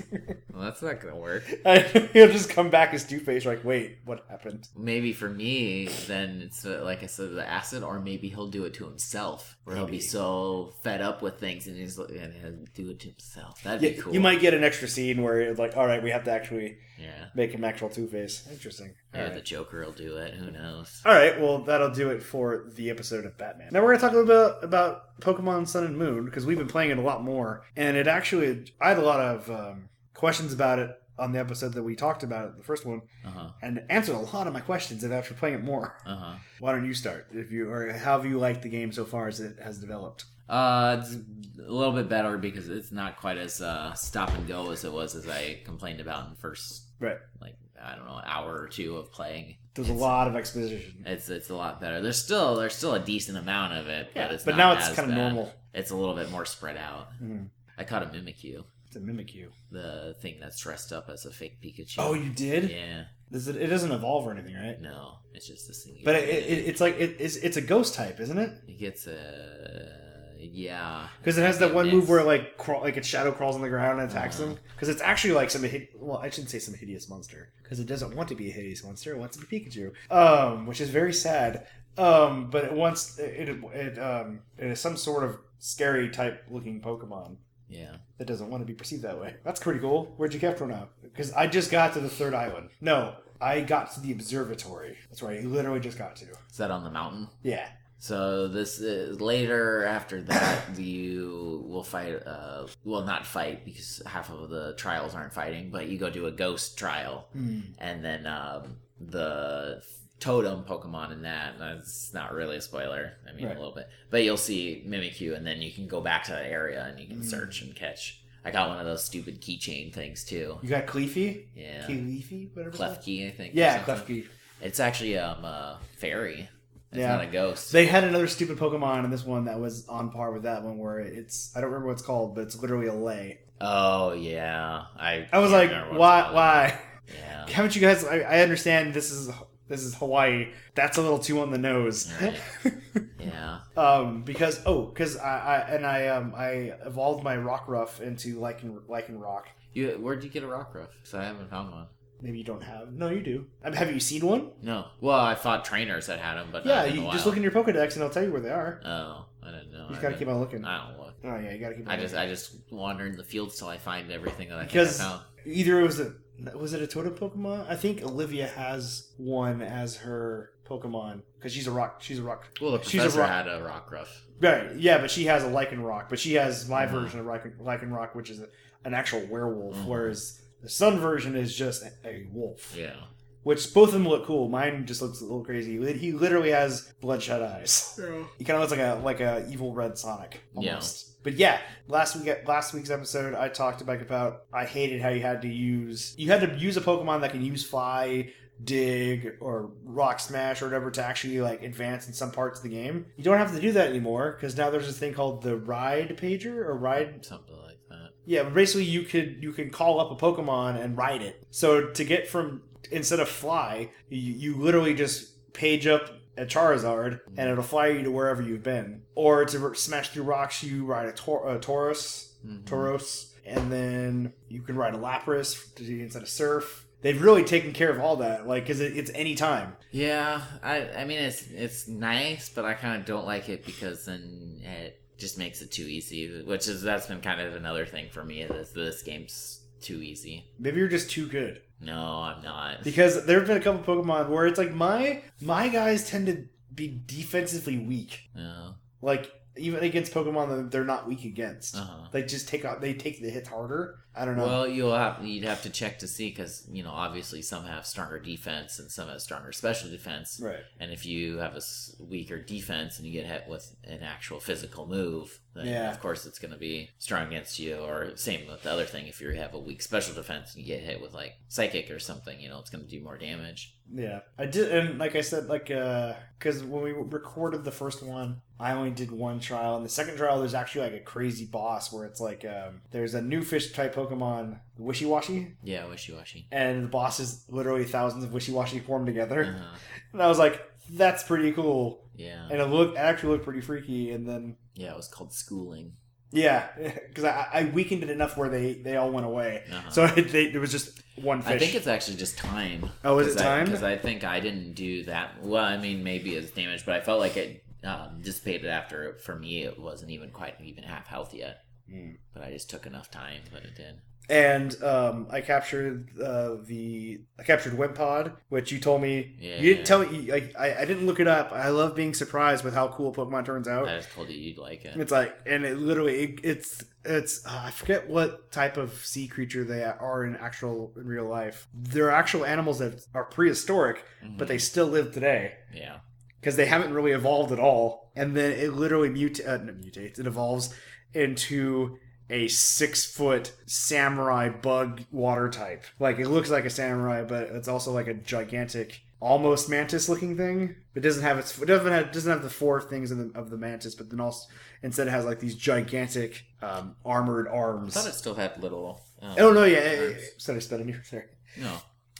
Speaker 2: Well, that's not gonna work.
Speaker 1: He'll just come back as Two Face. Like, wait, what happened?
Speaker 2: Maybe for me, then it's uh, like I said, the acid, or maybe he'll do it to himself, where he'll be
Speaker 1: Maybe.
Speaker 2: so fed up with things and he's like, and he'll do it to himself. That'd
Speaker 1: Yeah,
Speaker 2: be cool.
Speaker 1: You might get an extra scene where it's like, all right, we have to actually
Speaker 2: yeah,
Speaker 1: make him actual Two Face. Interesting. All
Speaker 2: yeah.
Speaker 1: right.
Speaker 2: The Joker will do it. Who knows?
Speaker 1: All right, well, that'll do it for the episode of Batman. Now we're going to talk a little bit about Pokemon Sun and Moon because we've been playing it a lot more, and it actually I had a lot of um, questions about it on the episode that we talked about it, the first one,
Speaker 2: Uh huh.
Speaker 1: and it answered a lot of my questions. And after playing it more,
Speaker 2: Uh huh.
Speaker 1: why don't you start? If you or how have you liked the game so far as it has developed?
Speaker 2: Uh, it's a little bit better because it's not quite as uh, stop and go as it was as I complained about in the first
Speaker 1: Right,
Speaker 2: like I don't know hour or two of playing.
Speaker 1: there's a lot of exposition,
Speaker 2: It's it's a lot better. There's still there's still a decent amount of it, but
Speaker 1: Yeah,
Speaker 2: it's
Speaker 1: but
Speaker 2: not
Speaker 1: now it's
Speaker 2: as
Speaker 1: kind of
Speaker 2: bad.
Speaker 1: normal.
Speaker 2: It's a little bit more spread out.
Speaker 1: Mhm.
Speaker 2: I caught a Mimikyu,
Speaker 1: It's a Mimikyu.
Speaker 2: the thing that's dressed up as a fake Pikachu.
Speaker 1: Oh, you did?
Speaker 2: yeah.
Speaker 1: Does it, it doesn't evolve or anything, right?
Speaker 2: No, it's just this thing. you
Speaker 1: But
Speaker 2: get.
Speaker 1: it, it, it's like it, it's it's a ghost type, isn't it?
Speaker 2: it gets a yeah.
Speaker 1: Because it has that
Speaker 2: It
Speaker 1: one
Speaker 2: is. Uh-huh.
Speaker 1: move where like crawl, like its shadow crawls on the ground and attacks them. Because it's actually like some hid- well, I shouldn't say some hideous monster because it doesn't want to be a hideous monster. It wants to be Pikachu, um, which is very sad. Um, but it wants it it um it is some sort of scary type looking Pokemon
Speaker 2: Yeah.
Speaker 1: that doesn't want to be perceived that way. That's pretty cool. Where'd you get from now? Because I just got to the third island. No, I got to the observatory. That's right. I literally just got to.
Speaker 2: Is that on the mountain?
Speaker 1: Yeah.
Speaker 2: So this is later after that you will fight uh well not fight because half of the trials aren't fighting but you go do a ghost trial
Speaker 1: Hmm.
Speaker 2: and then um the totem Pokemon in that. That's not really a spoiler. I mean,
Speaker 1: Right.
Speaker 2: a little bit, but you'll see Mimikyu, and then you can go back to that area and you can
Speaker 1: Mm.
Speaker 2: search and catch. I got one of those stupid keychain things too.
Speaker 1: You got Cleafy?
Speaker 2: Yeah,
Speaker 1: Cleafy? Whatever. it's
Speaker 2: cleft
Speaker 1: called?
Speaker 2: key, I think. or
Speaker 1: Yeah,
Speaker 2: something.
Speaker 1: Clefki.
Speaker 2: It's actually um a fairy. It's
Speaker 1: Yeah.
Speaker 2: not a ghost.
Speaker 1: They had another stupid Pokemon in this one that was on par with that one where it's, I don't remember what it's called, but it's literally a lay.
Speaker 2: oh yeah, I.
Speaker 1: I was
Speaker 2: can't
Speaker 1: like,
Speaker 2: remember what
Speaker 1: why?
Speaker 2: it's called.
Speaker 1: Why?
Speaker 2: Yeah.
Speaker 1: Haven't you guys? I, I understand this is this is Hawaii. That's a little too on the nose.
Speaker 2: Right. Yeah.
Speaker 1: um, because oh, because I, I and I um I evolved my Rockruff into Lichen Lichen Rock.
Speaker 2: You where'd you get a rock ruff? Because I haven't found one.
Speaker 1: Maybe you don't have. No, you do. I mean, have you seen one?
Speaker 2: No. Well, I thought trainers that had them, but
Speaker 1: yeah,
Speaker 2: not in
Speaker 1: you
Speaker 2: a
Speaker 1: just
Speaker 2: while.
Speaker 1: look in your Pokedex and it'll tell you where they are.
Speaker 2: Oh, I don't know.
Speaker 1: you
Speaker 2: I
Speaker 1: just gotta
Speaker 2: didn't-
Speaker 1: keep on looking.
Speaker 2: I don't look.
Speaker 1: oh yeah, you gotta keep. On
Speaker 2: I just I just wander in the fields till I find everything that I
Speaker 1: Because-
Speaker 2: think I found.
Speaker 1: looking. either it was a was it a totem Pokemon? I think Olivia has one as her Pokemon because she's a rock. She's a rock.
Speaker 2: Well, the
Speaker 1: she's a
Speaker 2: professor
Speaker 1: rock-
Speaker 2: had a rock ruff.
Speaker 1: Right. Yeah, but she has a lichen rock, but she has my
Speaker 2: Mhm.
Speaker 1: version of lichen, lichen rock, which is a, an actual werewolf,
Speaker 2: Mhm.
Speaker 1: whereas the sun version is just a, a wolf.
Speaker 2: Yeah.
Speaker 1: Which both of them look cool. Mine just looks a little crazy. Li- He literally has bloodshot eyes. He kind of looks like a like a evil red Sonic.
Speaker 2: Yeah.
Speaker 1: Almost. But yeah, last week last week's episode, I talked about about I hated how you had to use you had to use a Pokemon that can use fly. Dig or rock smash or whatever to actually like advance in some parts of the game. You don't have to do that anymore because now there's this thing called the ride pager or ride
Speaker 2: Something like that.
Speaker 1: yeah, but basically you could you can call up a Pokemon and ride it. So to get from instead of fly, you, you literally just page up a Charizard and it'll fly you to wherever you've been. Or to r- smash through rocks, you ride a, tor- a Taurus,
Speaker 2: Mhm.
Speaker 1: Tauros, and then you can ride a Lapras to do instead of Surf. They've really taken care of all that, like because it, it's any time.
Speaker 2: Yeah, I I mean it's it's nice, but I kind of don't like it because then it just makes it too easy, which is that's been kind of another thing for me. Is this game's too easy?
Speaker 1: Maybe you're just too good.
Speaker 2: No, I'm not.
Speaker 1: because there have been a couple Pokemon where it's like my my guys tend to be defensively weak.
Speaker 2: no.
Speaker 1: like even against Pokemon that they're not weak against.
Speaker 2: Uh-huh.
Speaker 1: They just take out they take the hits harder. I don't know.
Speaker 2: Well, you'll have you'd have to check to see because you know obviously some have stronger defense and some have stronger special defense,
Speaker 1: right.
Speaker 2: and if you have a s- weaker defense and you get hit with an actual physical move, then
Speaker 1: Yeah.
Speaker 2: of course it's going to be strong against you. Or same with the other thing, if you have a weak special defense and you get hit with like psychic or something, you know it's going to do more damage.
Speaker 1: Yeah. I did and like I said like uh cuz when we recorded the first one, I only did one trial and the second trial there's actually like a crazy boss where it's like um there's a new fish type Pokemon, Wishy-Washy,
Speaker 2: Yeah, wishy washy.
Speaker 1: and the boss is literally thousands of Wishy-Washy formed together.
Speaker 2: Uh-huh.
Speaker 1: And I was like, that's pretty cool.
Speaker 2: Yeah,
Speaker 1: And it looked it actually looked pretty freaky and then
Speaker 2: yeah, it was called schooling.
Speaker 1: yeah, because I, I weakened it enough where they, they all went away.
Speaker 2: Uh-huh.
Speaker 1: So it, they, it was just one fish.
Speaker 2: I think it's actually just time.
Speaker 1: Oh, is it timed?
Speaker 2: Because I, think I didn't do that. Well, I mean, maybe it's damaged, but I felt like it um, dissipated after. For me, it wasn't even quite even half health yet.
Speaker 1: Mm.
Speaker 2: But I just took enough time, but it did.
Speaker 1: and um, I captured uh, the I captured Wimpod, which you told me
Speaker 2: Yeah.
Speaker 1: you didn't tell me. you- Like I, I didn't look it up. I love being surprised with how cool Pokemon turns out.
Speaker 2: I just told you you'd like it.
Speaker 1: It's like, and it literally, it, it's it's uh, I forget what type of sea creature they are in actual in real life. They're actual animals that are prehistoric, but
Speaker 2: Mm.
Speaker 1: they still live today.
Speaker 2: Mhm. Mm-hmm. yeah,
Speaker 1: because they haven't really evolved at all. And then it literally mut- uh, not mutates, it evolves into a six foot samurai bug water type. Like it looks like a samurai, but it's also like a gigantic, almost mantis looking thing. It doesn't have its it doesn't have doesn't have the four things of the, of the mantis, but then also instead it has like these gigantic um, armored
Speaker 2: I
Speaker 1: arms.
Speaker 2: thought it still had little. Um,
Speaker 1: oh no, yeah, it, it, sorry, sped on you. Sorry.
Speaker 2: no,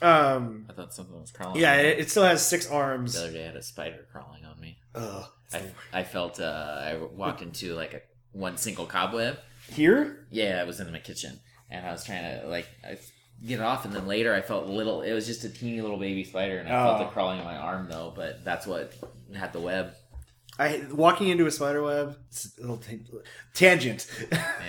Speaker 1: Um,
Speaker 2: I thought something was crawling.
Speaker 1: yeah,
Speaker 2: on me.
Speaker 1: it, it still has six
Speaker 2: the
Speaker 1: arms.
Speaker 2: other day I had a spider crawling on me.
Speaker 1: Ugh.
Speaker 2: I, I felt uh, I walked into like a one single cobweb,
Speaker 1: Here,
Speaker 2: Yeah, it was in my kitchen, and I was trying to like I get it off, and then later I felt little. It was just a teeny little baby spider, and I
Speaker 1: Oh.
Speaker 2: felt it crawling in my arm though. But that's what had the web.
Speaker 1: I walking into a spider web. It's a little tan- tangent.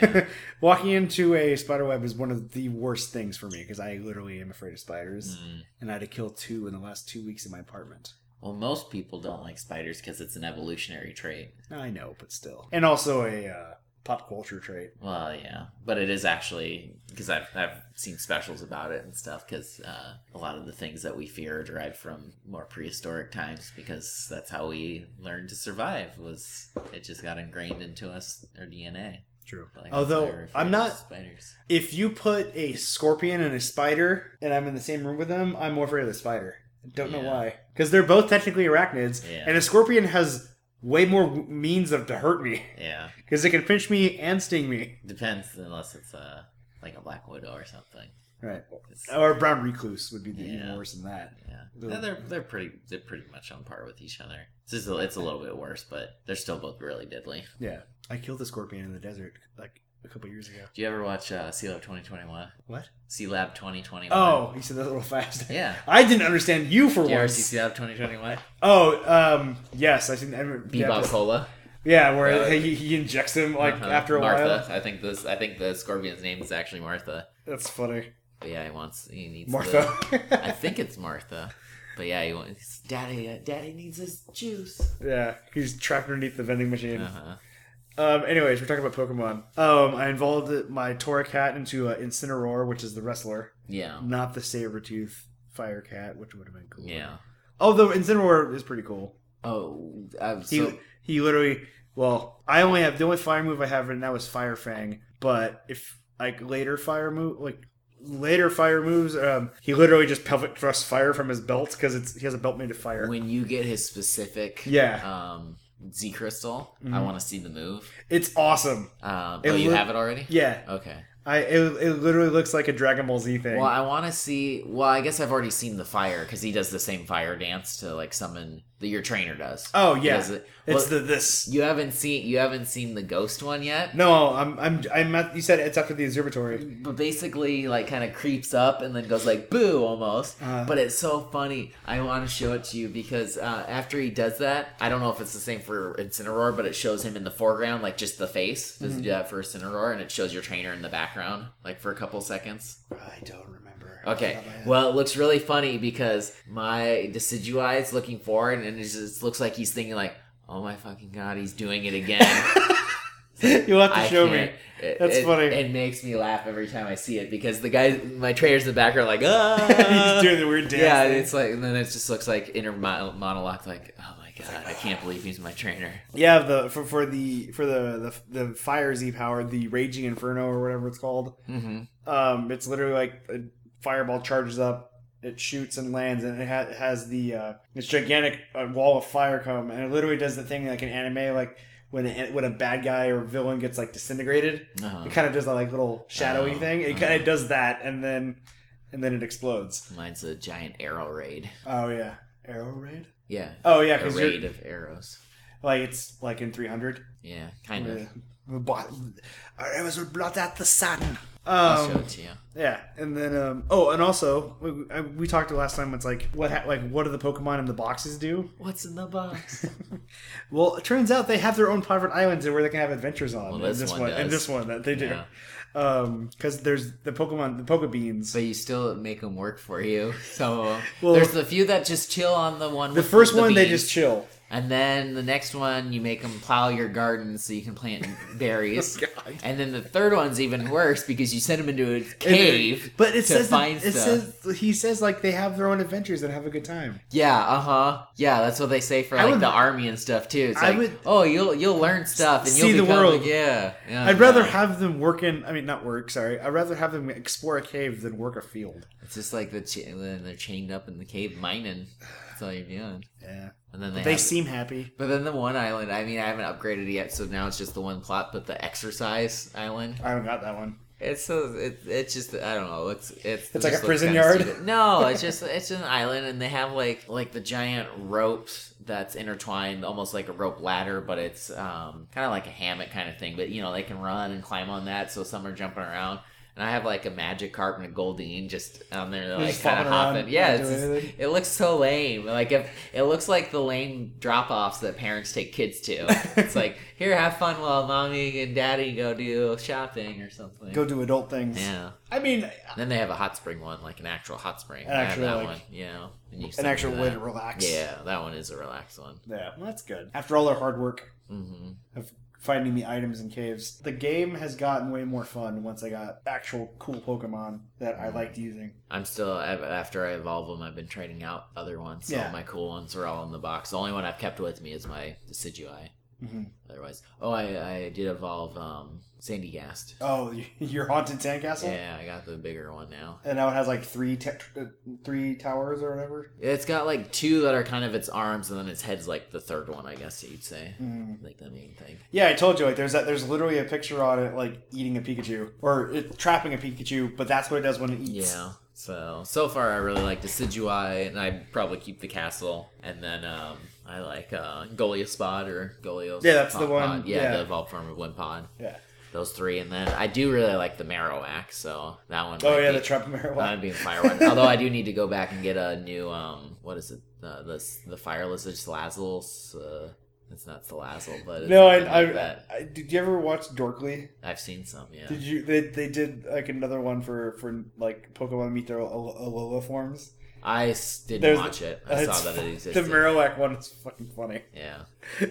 Speaker 1: walking into a spider web is one of the worst things for me because I literally am afraid of spiders,
Speaker 2: Mm.
Speaker 1: and I had to kill two in the last two weeks in my apartment.
Speaker 2: Well, most people don't like spiders because it's an evolutionary trait.
Speaker 1: I know, but still, and also a uh, pop culture trait.
Speaker 2: Well, yeah, but it is actually because I've I've seen specials about it and stuff because uh, a lot of the things that we fear are derived from more prehistoric times because that's how we learned to survive. Was it just got ingrained into us our DNA?
Speaker 1: True.
Speaker 2: Like,
Speaker 1: Although,
Speaker 2: we're afraid
Speaker 1: I'm
Speaker 2: of
Speaker 1: not-
Speaker 2: spiders.
Speaker 1: If you put a scorpion and a spider, and I'm in the same room with them, I'm more afraid of the spider. Don't know
Speaker 2: Yeah.
Speaker 1: why, because they're both technically arachnids,
Speaker 2: Yeah.
Speaker 1: and a scorpion has way more w- means of to hurt me
Speaker 2: Yeah,
Speaker 1: because it can pinch me and sting me.
Speaker 2: depends unless it's a like a black widow or something.
Speaker 1: Right.
Speaker 2: 'Cause-
Speaker 1: Or a brown recluse would be the even
Speaker 2: Yeah.
Speaker 1: worse than that.
Speaker 2: Yeah,
Speaker 1: The-
Speaker 2: No, they're they're pretty they're pretty much on par with each other. It's just a, it's a little bit worse, but they're still both really deadly.
Speaker 1: Yeah, I killed a scorpion in the desert like a couple years ago.
Speaker 2: Do you ever watch uh, Sea Lab twenty twenty one?
Speaker 1: What?
Speaker 2: Sea Lab twenty twenty one.
Speaker 1: Oh, he said that a little fast.
Speaker 2: Uh, yeah.
Speaker 1: I didn't understand you for
Speaker 2: Do you ever see
Speaker 1: once.
Speaker 2: Sea Lab twenty twenty one?
Speaker 1: Oh, um, yes, I seen. I remember- yeah,
Speaker 2: Bebop Cola.
Speaker 1: yeah, where
Speaker 2: Uh,
Speaker 1: he, he injects him like
Speaker 2: Uh-huh.
Speaker 1: after a
Speaker 2: Martha.
Speaker 1: while.
Speaker 2: I think this. I think the scorpion's name is actually Martha.
Speaker 1: That's funny,
Speaker 2: But yeah, he wants. He needs
Speaker 1: Martha.
Speaker 2: the- I think it's Martha. But yeah, he wants. Daddy. uh, Daddy needs his juice.
Speaker 1: yeah, he's trapped underneath the vending machine.
Speaker 2: Uh huh.
Speaker 1: Um, anyways, we're talking about Pokemon. Um, I involved my Toric cat into uh, Incineroar, which is the wrestler,
Speaker 2: Yeah.
Speaker 1: not the Sabertooth Fire Cat, which would have been cool.
Speaker 2: Yeah.
Speaker 1: Although Incineroar is pretty cool.
Speaker 2: Oh, I'm
Speaker 1: He
Speaker 2: so.
Speaker 1: he literally. Well, I only have the only fire move I have right now is Fire Fang. But if like later fire move, like later fire moves, um, he literally just pelvic thrusts fire from his belt because it's he has a belt made of fire.
Speaker 2: When you get his specific.
Speaker 1: Yeah,
Speaker 2: Um. Z crystal. I
Speaker 1: Mhm.
Speaker 2: want to see the move.
Speaker 1: it's awesome.
Speaker 2: Uh,
Speaker 1: It
Speaker 2: oh, you
Speaker 1: loo-
Speaker 2: have it already.
Speaker 1: Yeah,
Speaker 2: Okay.
Speaker 1: I it, it literally looks like a Dragon Ball Z thing.
Speaker 2: Well, I want to see. Well, I guess I've already seen the fire because he does the same fire dance to like summon that your trainer does.
Speaker 1: oh
Speaker 2: He
Speaker 1: yeah,
Speaker 2: does it. Well,
Speaker 1: it's the this.
Speaker 2: you haven't seen you haven't seen the ghost one yet.
Speaker 1: No, I'm I'm I'm at, you said it's after the observatory.
Speaker 2: But basically, like, kind of creeps up and then goes like "boo" almost.
Speaker 1: Uh.
Speaker 2: but it's so funny. I want to show it to you because uh, after he does that, I don't know if it's the same for Incineroar, but it shows him in the foreground, like just the face.
Speaker 1: Mm-hmm.
Speaker 2: Does he do that for Incineroar, and it shows your trainer in the background, like for a couple seconds.
Speaker 1: I don't remember.
Speaker 2: Okay. Well, it looks really funny because my Decidueye is looking forward and it just looks like he's thinking like, "Oh my fucking god, he's doing it again."
Speaker 1: you'll have to
Speaker 2: I
Speaker 1: show me.
Speaker 2: can't- it-
Speaker 1: That's
Speaker 2: it-
Speaker 1: funny.
Speaker 2: It makes me laugh every time I see it because the guys, my traders in the back are like, ah.
Speaker 1: He's doing the weird dance.
Speaker 2: yeah, and
Speaker 1: thing.
Speaker 2: it's like, and then it just looks like inner mo- monologue, like, oh my god, I can't believe he's my trainer.
Speaker 1: Yeah, the for, for the for the, the the fire Z power, the raging inferno or whatever it's called.
Speaker 2: Mm-hmm.
Speaker 1: Um, it's literally like a fireball charges up, it shoots and lands, and it ha- has the uh, this gigantic uh, wall of fire come, and it literally does the thing like an anime, like when a, when a bad guy or villain gets like disintegrated,
Speaker 2: Uh-huh.
Speaker 1: it kind of does that like little shadowy
Speaker 2: Oh,
Speaker 1: thing. It
Speaker 2: uh-huh.
Speaker 1: kind of does that, and then and then it explodes.
Speaker 2: Mine's a giant arrow raid.
Speaker 1: Oh yeah, arrow raid.
Speaker 2: Yeah,
Speaker 1: Oh yeah,
Speaker 2: a
Speaker 1: because you're
Speaker 2: raid of arrows.
Speaker 1: like it's like in three hundred.
Speaker 2: Yeah, kind of.
Speaker 1: I was blot out the sun.
Speaker 2: I'll show
Speaker 1: Um,
Speaker 2: it to you.
Speaker 1: yeah, and then um, oh, and also we, I- we talked last time. It's like what ha- like what do the Pokemon in the boxes do?
Speaker 2: What's in the box?
Speaker 1: Well, it turns out they have their own private islands where they can have adventures on.
Speaker 2: Well,
Speaker 1: and
Speaker 2: this
Speaker 1: this
Speaker 2: one
Speaker 1: one, and
Speaker 2: does.
Speaker 1: this one that they do,
Speaker 2: Yeah.
Speaker 1: because there's the Pokemon, the Pokebeans.
Speaker 2: But you still make them work for you. So
Speaker 1: Well-
Speaker 2: there's the few that just chill on the one.
Speaker 1: the first one they
Speaker 2: beans,
Speaker 1: just chill.
Speaker 2: and then the next one you make them plow your garden so you can plant berries.
Speaker 1: Oh, God.
Speaker 2: And then the third one's even worse because you send them into a cave.
Speaker 1: but it
Speaker 2: to
Speaker 1: says that-
Speaker 2: find
Speaker 1: it
Speaker 2: stuff.
Speaker 1: says he says like they have their own adventures and have a good time.
Speaker 2: yeah, uh huh. Yeah, that's what they say for
Speaker 1: I
Speaker 2: like
Speaker 1: would-
Speaker 2: the army and stuff too. It's
Speaker 1: I
Speaker 2: like,
Speaker 1: would-
Speaker 2: oh, you'll you'll learn stuff and
Speaker 1: See the
Speaker 2: you'll become,
Speaker 1: world.
Speaker 2: Yeah, yeah,
Speaker 1: I'd rather
Speaker 2: yeah.
Speaker 1: have them work in. I mean, not work. Sorry. I'd rather have them explore a cave than work a field.
Speaker 2: It's just like the ch- when they're chained up in the cave mining. That's all you're doing.
Speaker 1: Yeah.
Speaker 2: And then they,
Speaker 1: They,
Speaker 2: have-
Speaker 1: seem happy.
Speaker 2: But then the one island, I mean, I haven't upgraded it yet, so now it's just the one plot. But the exercise island,
Speaker 1: I haven't got that one.
Speaker 2: it's so it, it's just I don't know. It's it's
Speaker 1: It's like
Speaker 2: just
Speaker 1: a prison
Speaker 2: kinda
Speaker 1: yard?
Speaker 2: stupid. No, it's just it's an island, and they have like like the giant ropes that's intertwined, almost like a rope ladder, but it's um kind of like a hammock kind of thing. But you know, they can run and climb on that, so some are jumping around. And I have like a magic carp and a goldine just on there,
Speaker 1: They're
Speaker 2: like
Speaker 1: just
Speaker 2: kind of
Speaker 1: flopping around,
Speaker 2: hopping. Yeah,
Speaker 1: not
Speaker 2: it's
Speaker 1: doing
Speaker 2: just-
Speaker 1: anything.
Speaker 2: it looks so lame. Like if it looks like the lame drop-offs that parents take kids to. It's like here, have fun while mommy and daddy go do shopping or something.
Speaker 1: Go do adult things.
Speaker 2: yeah.
Speaker 1: I mean,
Speaker 2: Then they have a hot spring one, like an actual hot spring.
Speaker 1: An
Speaker 2: I have
Speaker 1: actual,
Speaker 2: that
Speaker 1: like,
Speaker 2: one, you know. And you
Speaker 1: an
Speaker 2: send
Speaker 1: actual
Speaker 2: me that.
Speaker 1: way to relax.
Speaker 2: Yeah, that one is a relaxed one.
Speaker 1: Yeah. Well, that's good. After all their hard work
Speaker 2: hmm
Speaker 1: of finding the items in caves. The game has gotten way more fun once I got actual cool Pokemon that
Speaker 2: Mm.
Speaker 1: I liked using.
Speaker 2: I'm still a- after I evolve them. I've been trading out other ones. So
Speaker 1: Yeah.
Speaker 2: my cool ones are all in the box. The only one I've kept with me is my Decidueye.
Speaker 1: hmm
Speaker 2: Otherwise, oh, I, I did evolve um, Sandy Gast.
Speaker 1: Oh, your haunted sandcastle,
Speaker 2: Yeah, I got the bigger one now.
Speaker 1: and now it has like three te- uh, three towers or whatever.
Speaker 2: It's got like two that are kind of its arms, and then its head's like the third one, I guess you'd say.
Speaker 1: Mhm.
Speaker 2: Like the main thing.
Speaker 1: Yeah, I told you. Like, there's that. There's literally a picture on it, like eating a Pikachu or it, trapping a Pikachu. But that's what it does when it eats.
Speaker 2: Yeah. So so far, I really like Decidueye, and I probably keep the castle, and then um, I like uh, Goliaspod or Golios.
Speaker 1: Yeah, that's the one,
Speaker 2: Yeah,
Speaker 1: yeah.
Speaker 2: the evolved form of Wimpod.
Speaker 1: Yeah.
Speaker 2: Those three, and then I do really like the Marowak, so that one.
Speaker 1: Oh
Speaker 2: might
Speaker 1: yeah,
Speaker 2: be,
Speaker 1: the trap marijuana.
Speaker 2: That'd be a fire one. Although I do need to go back and get a new um, what is it? Uh, this the fireless it's Slazzle. Uh, it's not Slazzle, but it's
Speaker 1: No, I,
Speaker 2: something like
Speaker 1: I,
Speaker 2: that.
Speaker 1: I. Did you ever watch Dorkly?
Speaker 2: I've seen some. Yeah.
Speaker 1: Did you? They, they did like another one for for like Pokemon meet their Al- Alola forms.
Speaker 2: I s- didn't
Speaker 1: There's-
Speaker 2: watch it. I
Speaker 1: It's
Speaker 2: saw that
Speaker 1: fu-
Speaker 2: it existed.
Speaker 1: The Marowak one is fucking funny.
Speaker 2: yeah.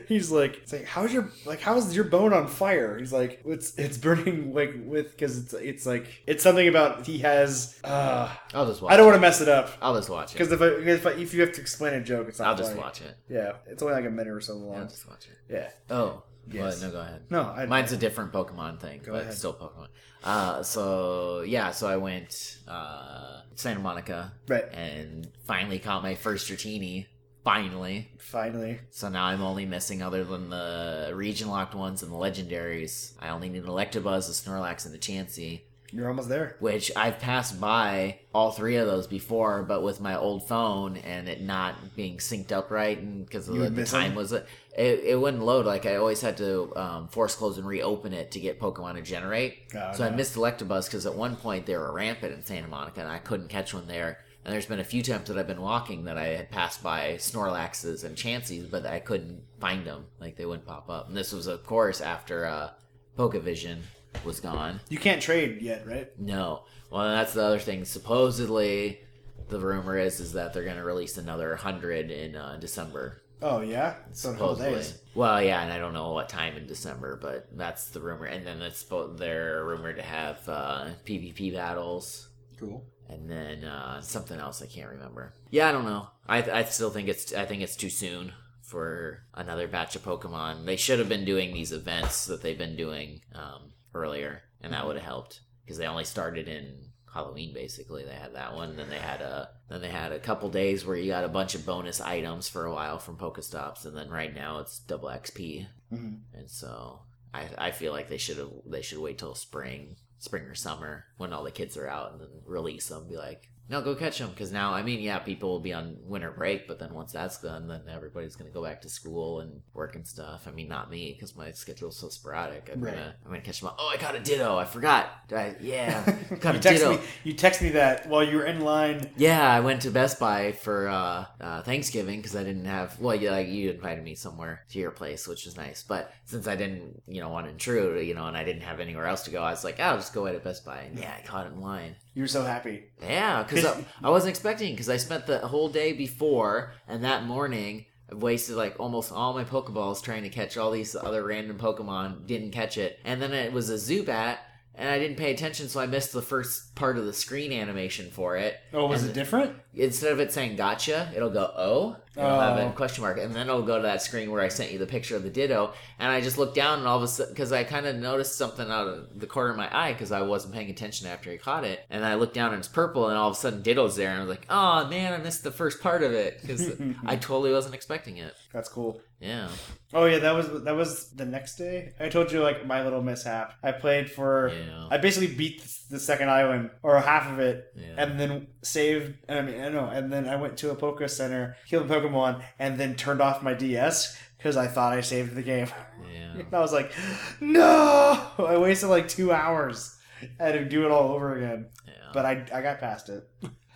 Speaker 1: He's like, it's like, how's your like, how's your bone on fire? He's like, it's it's burning like with because it's it's like it's something about he has. uh
Speaker 2: I'll just watch.
Speaker 1: I don't want to mess it up.
Speaker 2: I'll just watch it.
Speaker 1: Because if, I, if I, if you have to explain a joke, it's not.
Speaker 2: I'll just
Speaker 1: funny.
Speaker 2: watch it.
Speaker 1: Yeah, it's only like a minute or so long.
Speaker 2: I'll
Speaker 1: Yeah.
Speaker 2: just watch it. Oh,
Speaker 1: Yes.
Speaker 2: what? no, go ahead.
Speaker 1: No, I,
Speaker 2: Mine's a different Pokemon thing,
Speaker 1: Go
Speaker 2: but
Speaker 1: ahead.
Speaker 2: still Pokemon. Uh, so yeah, so I went uh, Santa Monica
Speaker 1: right.
Speaker 2: and finally caught my first Dratini. Finally,
Speaker 1: Finally,
Speaker 2: so now I'm only missing other than the region locked ones and the legendaries. I only need an Electabuzz, a Snorlax, and a Chansey.
Speaker 1: you're almost there.
Speaker 2: which I've passed by all three of those before, but with my old phone and it not being synced up right, and because
Speaker 1: You
Speaker 2: the,
Speaker 1: would
Speaker 2: the
Speaker 1: miss
Speaker 2: time
Speaker 1: them?
Speaker 2: was it, it wouldn't load. Like I always had to um, force close and reopen it to get Pokemon to generate.
Speaker 1: Oh,
Speaker 2: so I
Speaker 1: no.
Speaker 2: missed Electabuzz because at one point they were rampant in Santa Monica and I couldn't catch one there. And there's been a few times that I've been walking that I had passed by Snorlaxes and Chanseys, but I couldn't find them. Like they wouldn't pop up. And this was, of course, after uh, Pokevision was gone.
Speaker 1: You can't trade yet, right?
Speaker 2: No. Well, that's the other thing. Supposedly, the rumor is is that they're going to release another hundred in uh, December.
Speaker 1: Oh yeah, so in a couple
Speaker 2: Supposedly.
Speaker 1: days.
Speaker 2: Well, yeah, and I don't know what time in December, but that's the rumor. And then it's spo- they're rumored to have uh, PvP battles,
Speaker 1: Cool.
Speaker 2: and then uh, something else I can't remember. Yeah, I don't know. I I still think it's I think it's too soon for another batch of Pokemon. They should have been doing these events that they've been doing um, earlier, and that would have helped because they only started in Halloween. Basically, they had that one. Then they had a then they had a couple days where you got a bunch of bonus items for a while from Pokestops, and then right now it's double XP,
Speaker 1: Mhm.
Speaker 2: and so I I feel like they should have they should wait till spring spring or summer when all the kids are out and then release them. Be like. No, go catch them because now I mean, yeah, people will be on winter break, but then once that's done, then everybody's gonna go back to school and work and stuff. I mean, not me because my schedule's so sporadic. I'm
Speaker 1: Right.
Speaker 2: gonna, I'm gonna catch them. All. Oh, I got a ditto. I forgot. I, yeah,
Speaker 1: Mm-hmm. you
Speaker 2: got a
Speaker 1: text
Speaker 2: ditto.
Speaker 1: me. You text me that while you were in line.
Speaker 2: Yeah, I went to Best Buy for uh, uh, Thanksgiving because I didn't have. Well, you, like, you invited me somewhere to your place, which was nice. But since I didn't, you know, want to intrude, you know, and I didn't have anywhere else to go, I was like, "Oh, I'll just go right at Best Buy. And yeah, I caught it in line.
Speaker 1: You were so happy.
Speaker 2: Yeah, because I, I wasn't expecting because I spent the whole day before and that morning. I wasted like almost all my Pokeballs trying to catch all these other random Pokemon. Didn't catch it, and then it was a Zubat, and I didn't pay attention, so I missed the first part of the screen animation for it
Speaker 1: Oh, was
Speaker 2: And-
Speaker 1: it different?
Speaker 2: instead of it saying gotcha, it'll go oh, it'll have
Speaker 1: Oh.
Speaker 2: a question mark, and then it'll go to that screen where I sent you the picture of the ditto, and I just looked down and all of a sudden because I kind of noticed something out of the corner of my eye because I wasn't paying attention after I caught it, and I looked down and it's purple, and all of a sudden ditto's there, and I was like, oh man, I missed the first part of it because I totally wasn't expecting it.
Speaker 1: That's cool.
Speaker 2: Yeah,
Speaker 1: Oh yeah, that was that was the next day. I told you like my little mishap. I played for.
Speaker 2: yeah,
Speaker 1: I basically beat the- the second island or half of it
Speaker 2: yeah.
Speaker 1: and then saved. I mean, I know. And then I went to a Poké Center, killed a Pokemon, and then turned off my DS because I thought I saved the game.
Speaker 2: Yeah.
Speaker 1: And I was like, no! I wasted like two hours. I had to do it all over again,
Speaker 2: yeah.
Speaker 1: but I, I got past it.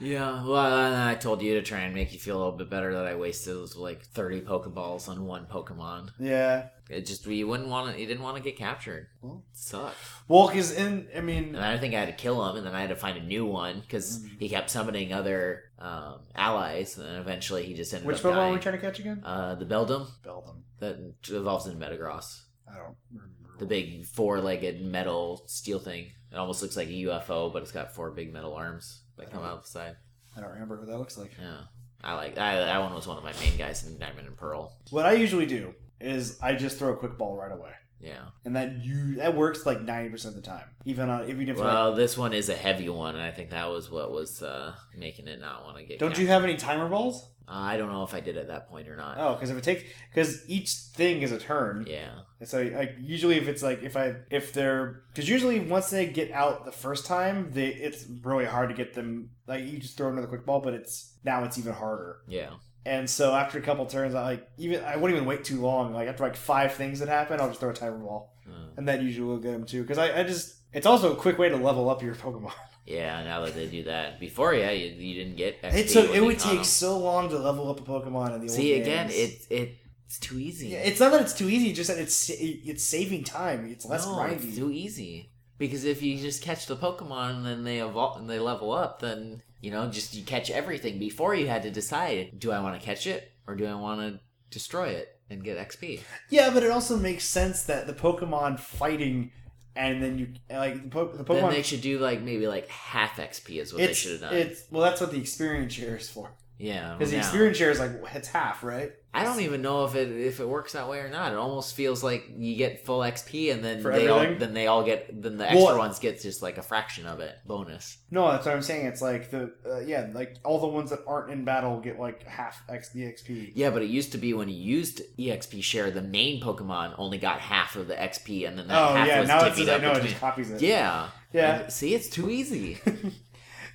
Speaker 2: Yeah, well, and I told you to try and make you feel a little bit better that I wasted those, like thirty Pokeballs on one Pokemon.
Speaker 1: Yeah.
Speaker 2: It just you wouldn't want to. You didn't want to get captured.
Speaker 1: Well.
Speaker 2: It sucked.
Speaker 1: Wolk is in. I mean,
Speaker 2: And I think I had to kill him, and then I had to find a new one because
Speaker 1: Mhm.
Speaker 2: he kept summoning other um, allies, and then eventually he just ended
Speaker 1: which
Speaker 2: up
Speaker 1: Pokemon
Speaker 2: dying.
Speaker 1: are we trying to catch again?
Speaker 2: uh, the Beldum
Speaker 1: Beldum.
Speaker 2: that evolves into Metagross.
Speaker 1: I don't remember.
Speaker 2: the big four-legged metal steel thing. It almost looks like a UFO, but it's got four big metal arms that come out the side.
Speaker 1: I don't remember what that looks like.
Speaker 2: Yeah, I like I, that one was one of my main guys in Diamond and Pearl.
Speaker 1: What I usually do is I just throw a quick ball right away,
Speaker 2: Yeah.
Speaker 1: and that you that works like ninety percent of the time, even on even if like,
Speaker 2: Well, this one is a heavy one, and I think that was what was uh, making it not want to get.
Speaker 1: don't you
Speaker 2: counted.
Speaker 1: have any timer balls?
Speaker 2: Uh, I don't know if I did at that point or not.
Speaker 1: Oh, because if it takes because each thing is a turn.
Speaker 2: Yeah.
Speaker 1: And So like usually if it's like if I if they're because usually once they get out the first time they it's really hard to get them like you just throw another quick ball but it's now it's even harder
Speaker 2: Yeah.
Speaker 1: and so after a couple turns I like even I wouldn't even wait too long like after like five things that happen I'll just throw a timer ball
Speaker 2: Mm.
Speaker 1: and that usually will get them too because I, I just it's also a quick way to level up your Pokemon
Speaker 2: Yeah. Now that they do that, before yeah, you, you didn't get. XP
Speaker 1: it took
Speaker 2: when
Speaker 1: it
Speaker 2: you
Speaker 1: would
Speaker 2: caught
Speaker 1: take
Speaker 2: 'em.
Speaker 1: so long to level up a Pokemon in the
Speaker 2: See
Speaker 1: old
Speaker 2: again,
Speaker 1: games.
Speaker 2: it it it's too easy.
Speaker 1: Yeah, it's not that it's too easy just that it's it's saving time it's less
Speaker 2: no,
Speaker 1: grindy
Speaker 2: it's too easy. Because if you just catch the Pokemon and then they evolve and they level up, then you know just you catch everything. Before you had to decide, do I want to catch it or do I want to destroy it and get XP?
Speaker 1: Yeah, but it also makes sense that the Pokemon fighting, and then you like the, po- the
Speaker 2: Then
Speaker 1: Pokemon.
Speaker 2: they should do like maybe like half XP is what they
Speaker 1: it's
Speaker 2: should have done. Oh,
Speaker 1: it's well, that's what the experience share is for.
Speaker 2: yeah,
Speaker 1: Because the
Speaker 2: now-
Speaker 1: experience share is like it's half, right?
Speaker 2: I don't even know if it if it works that way or not. It almost feels like you get full XP and then
Speaker 1: For
Speaker 2: they all,
Speaker 1: everything?
Speaker 2: then they all get then the extra
Speaker 1: Well-
Speaker 2: ones get just like a fraction of it bonus.
Speaker 1: No, that's what I'm saying. It's like the uh, yeah, like all the ones that aren't in battle get like half X the XP.
Speaker 2: Yeah, but it used to be when you used EXP share, the main Pokemon only got half of the XP, and then that
Speaker 1: Oh
Speaker 2: half
Speaker 1: yeah,
Speaker 2: was
Speaker 1: now it's
Speaker 2: divvied
Speaker 1: just, I
Speaker 2: up
Speaker 1: know it
Speaker 2: between.
Speaker 1: just copies it.
Speaker 2: yeah,
Speaker 1: yeah,
Speaker 2: And see, it's too easy.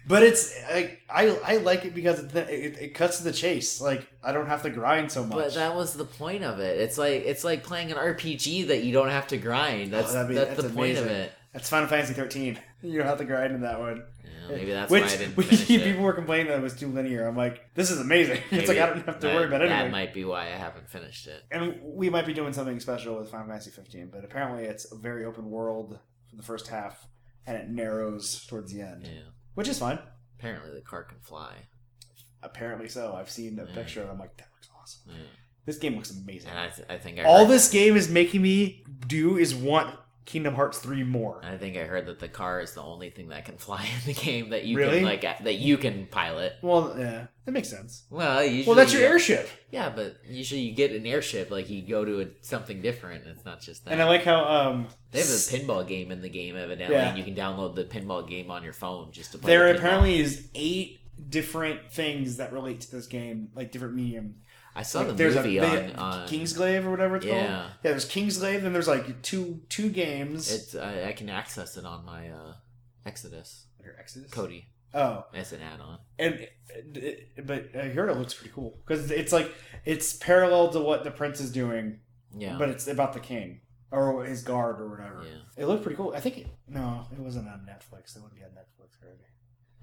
Speaker 1: but it's like I I like it because it, it, it cuts to the chase. Like I don't have to grind so much.
Speaker 2: but that was the point of it. It's like it's like playing an RPG that you don't have to grind. That's
Speaker 1: Oh, that'd be-
Speaker 2: that's,
Speaker 1: that's
Speaker 2: the point of
Speaker 1: amazing.
Speaker 2: it.
Speaker 1: that's Final Fantasy 13. You don't have to grind in that one.
Speaker 2: Yeah, maybe that's
Speaker 1: Which
Speaker 2: why I didn't
Speaker 1: we-
Speaker 2: finish it.
Speaker 1: people were complaining that it was too linear. I'm like, this is amazing. it's like
Speaker 2: Maybe
Speaker 1: I don't have to
Speaker 2: that-
Speaker 1: worry about
Speaker 2: That
Speaker 1: anything.
Speaker 2: might be why I haven't finished it.
Speaker 1: And we might be doing something special with Final Fantasy 15, but apparently it's a very open world for the first half, and it narrows towards the end,
Speaker 2: Yeah.
Speaker 1: which is fine.
Speaker 2: Apparently, the car can fly.
Speaker 1: Apparently so. I've seen a
Speaker 2: Yeah.
Speaker 1: picture and I'm like, that looks awesome.
Speaker 2: Yeah.
Speaker 1: This game looks amazing.
Speaker 2: And I, th- I think I
Speaker 1: All
Speaker 2: heard-
Speaker 1: this game is making me do is want Kingdom Hearts 3 more.
Speaker 2: I think I heard that the car is the only thing that can fly in the game that you
Speaker 1: Really?
Speaker 2: can like a- that you can pilot.
Speaker 1: Well, yeah, that makes sense.
Speaker 2: Well, usually
Speaker 1: Well, that's your
Speaker 2: you-
Speaker 1: airship.
Speaker 2: Yeah, but usually you get an airship, like you go to a, something different. It's not just that.
Speaker 1: And I like how um
Speaker 2: they have a pinball game in the game, evidently,
Speaker 1: Yeah.
Speaker 2: and you can download the pinball game on your phone just to play.
Speaker 1: there
Speaker 2: the pinball.
Speaker 1: apparently is eight different things that relate to this game, like different medium.
Speaker 2: I saw
Speaker 1: Like,
Speaker 2: the
Speaker 1: there's
Speaker 2: movie
Speaker 1: a they-
Speaker 2: on, on
Speaker 1: Kingsglaive or whatever it's called.
Speaker 2: Yeah.
Speaker 1: Yeah, there's Kingsglaive, then there's like two two games.
Speaker 2: It's I, I can access it on my uh, Exodus
Speaker 1: Or Exodus?
Speaker 2: Cody.
Speaker 1: Oh,
Speaker 2: It's an add-on.
Speaker 1: and uh, but I heard it looks pretty cool because it's like it's parallel to what the prince is doing,
Speaker 2: Yeah,
Speaker 1: but it's about the king or his guard or whatever.
Speaker 2: yeah.
Speaker 1: It looked pretty cool. I think it, no, it wasn't on Netflix. It wouldn't be on Netflix already.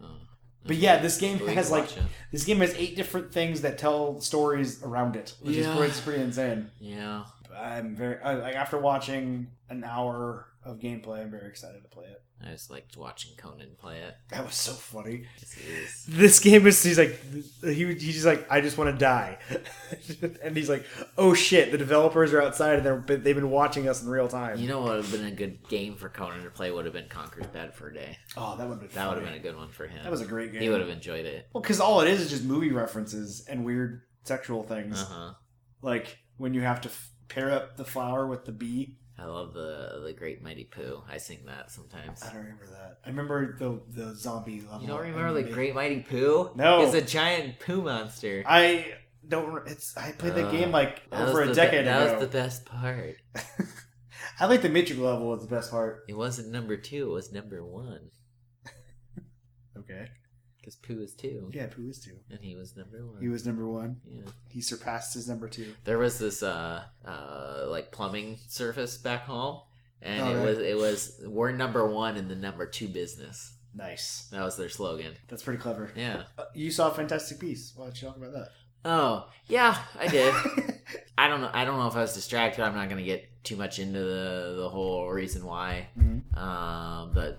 Speaker 2: Oh.
Speaker 1: But yeah, this game
Speaker 2: But we
Speaker 1: has
Speaker 2: can
Speaker 1: like
Speaker 2: watch it.
Speaker 1: This game has eight different things that tell stories around it, which is
Speaker 2: Yeah.
Speaker 1: pretty, it's pretty insane.
Speaker 2: yeah.
Speaker 1: I'm very I, like after watching an hour of gameplay, I'm very excited to play it.
Speaker 2: I just liked watching Conan play it.
Speaker 1: That was so funny.
Speaker 2: 'cause it is-
Speaker 1: This game is he's like he he's just like I just want to die, and he's like oh shit the developers are outside and they're but they've been watching us in real time.
Speaker 2: You know what would have been a good game for Conan to play would have been Conquer's Bad for a Day.
Speaker 1: oh that would have been
Speaker 2: That would have been a good one for him.
Speaker 1: that was a great game.
Speaker 2: he would have enjoyed it.
Speaker 1: well because all it is is just movie references and weird sexual things
Speaker 2: Uh huh.
Speaker 1: like when you have to f- pair up the flower with the bee
Speaker 2: I love the the Great Mighty Pooh. I sing that sometimes.
Speaker 1: I don't remember that. I remember the the zombie level.
Speaker 2: You don't remember the
Speaker 1: They-
Speaker 2: Great Mighty Pooh?
Speaker 1: No.
Speaker 2: it's a giant poo monster.
Speaker 1: I don't. re- It's I played that
Speaker 2: Uh,
Speaker 1: game like
Speaker 2: That was
Speaker 1: over
Speaker 2: the
Speaker 1: a
Speaker 2: be-
Speaker 1: decade
Speaker 2: that
Speaker 1: ago.
Speaker 2: was the best part.
Speaker 1: I like the Matrix level was the best part.
Speaker 2: It wasn't number two. It was number one
Speaker 1: Okay.
Speaker 2: because Pooh is two,
Speaker 1: Yeah, Pooh was two.
Speaker 2: and he was number one.
Speaker 1: He was number one.
Speaker 2: yeah.
Speaker 1: He surpassed his number two.
Speaker 2: there was this uh uh like plumbing surface back home and
Speaker 1: Oh,
Speaker 2: it
Speaker 1: right.
Speaker 2: was it was we're number one in the number two business
Speaker 1: Nice.
Speaker 2: that was their slogan
Speaker 1: That's pretty clever.
Speaker 2: yeah
Speaker 1: Uh, you saw Fantastic Beasts. Why don't you talk about that?
Speaker 2: oh yeah i did i don't know i don't know if i was distracted i'm not gonna get too much into the the whole reason why
Speaker 1: Mhm.
Speaker 2: um but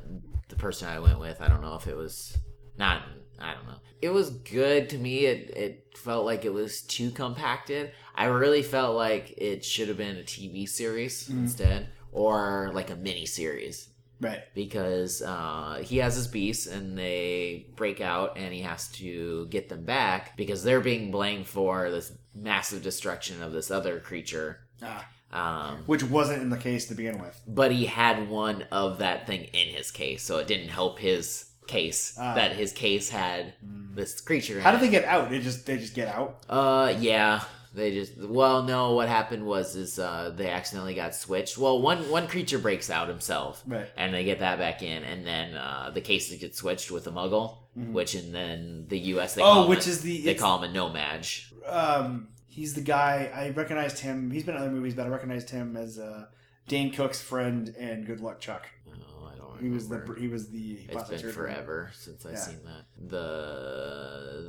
Speaker 2: the person i went with i don't know if it was not I don't know. It was good to me. It it felt like it was too compacted. I really felt like it should have been a TV series
Speaker 1: Mhm.
Speaker 2: instead, or like a mini series
Speaker 1: Right.
Speaker 2: because uh, he has his beasts and they break out and he has to get them back because they're being blamed for this massive destruction of this other creature.
Speaker 1: Ah.
Speaker 2: Um,
Speaker 1: Which wasn't in the case to begin with.
Speaker 2: but he had one of that thing in his case, so it didn't help his case
Speaker 1: Ah. Mm.
Speaker 2: that his case had this creature. In
Speaker 1: How
Speaker 2: it.
Speaker 1: did they get out? They just they just get out.
Speaker 2: Uh, yeah. They just well, no. What happened was is uh, they accidentally got switched. Well, one one creature breaks out himself,
Speaker 1: Right.
Speaker 2: and they get that back in, and then uh, the cases get switched with a muggle,
Speaker 1: Mhm.
Speaker 2: which and then the U.S. They call
Speaker 1: Oh,
Speaker 2: him
Speaker 1: which
Speaker 2: a-
Speaker 1: is the
Speaker 2: they
Speaker 1: it's-
Speaker 2: call him a nomad.
Speaker 1: um he's the guy I recognized him. He's been in other movies, but I recognized him as uh, Dane Cook's friend and Good Luck Chuck.
Speaker 2: Oh, I don't. Remember.
Speaker 1: He was the he was the
Speaker 2: It's
Speaker 1: plastic
Speaker 2: been
Speaker 1: surgeon.
Speaker 2: forever since I've
Speaker 1: Yeah.
Speaker 2: seen that. The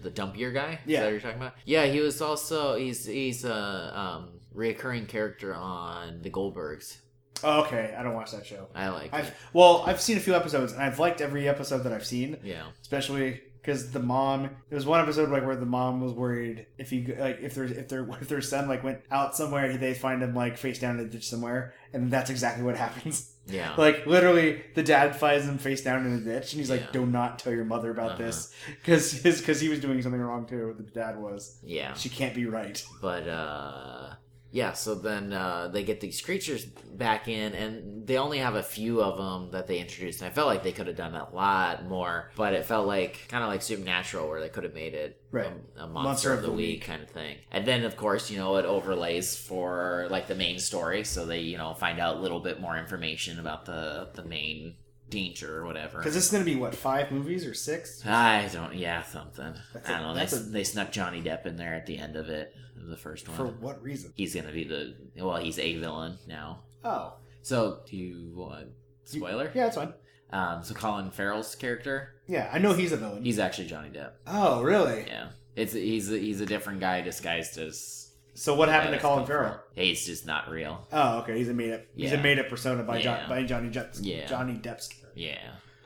Speaker 2: the the dumpier guy. Is
Speaker 1: Yeah.
Speaker 2: that what you're talking about? Yeah, he was also he's he's a um reoccurring character on the Goldbergs.
Speaker 1: Oh, okay, I don't watch that show.
Speaker 2: I like.
Speaker 1: I've
Speaker 2: it.
Speaker 1: well, I've seen a few episodes and I've liked every episode that I've seen,
Speaker 2: Yeah.
Speaker 1: especially because the mom. There was one episode like where the mom was worried if he like if their if their if their son like went out somewhere, they find him like face down in a ditch somewhere, and that's exactly what happens.
Speaker 2: Yeah.
Speaker 1: Like literally, the dad finds him face down in a ditch, and he's
Speaker 2: Yeah. Uh-huh.
Speaker 1: like, "Do not tell your mother about this," because his because he was doing something wrong too. The dad was.
Speaker 2: Yeah,
Speaker 1: She can't be right.
Speaker 2: but uh yeah, so then uh they get these creatures back in and they only have a few of them that they introduced. And I felt like they could have done a lot more, but it felt like kind of like Supernatural where they could have made it
Speaker 1: Right.
Speaker 2: a, a monster, of the, week, kind of thing. And then of course, you know, it overlays for like the main story so they, you know, find out a little bit more information about the the main danger or whatever.
Speaker 1: Because this is gonna be what five movies or six?
Speaker 2: I don't. Yeah, something.
Speaker 1: That's
Speaker 2: I
Speaker 1: a-
Speaker 2: I don't know. They,
Speaker 1: that's a-
Speaker 2: they snuck Johnny Depp in there at the end of it, of the first one.
Speaker 1: For what reason?
Speaker 2: He's gonna be the well. He's a villain now.
Speaker 1: Oh,
Speaker 2: So do you want spoiler?
Speaker 1: yeah, that's fine.
Speaker 2: Um. So Colin Farrell's character,
Speaker 1: Yeah, I know he's a villain.
Speaker 2: he's actually Johnny Depp.
Speaker 1: oh, really?
Speaker 2: Yeah. It's he's a, he's a different guy disguised as.
Speaker 1: So what happened
Speaker 2: as
Speaker 1: to Colin Farrell?
Speaker 2: He's just not real.
Speaker 1: Oh, okay, he's a made up. He's
Speaker 2: Yeah.
Speaker 1: a made up persona by
Speaker 2: Yeah.
Speaker 1: John, by Johnny Depp's
Speaker 2: Yeah.
Speaker 1: Johnny Depp's.
Speaker 2: Yeah.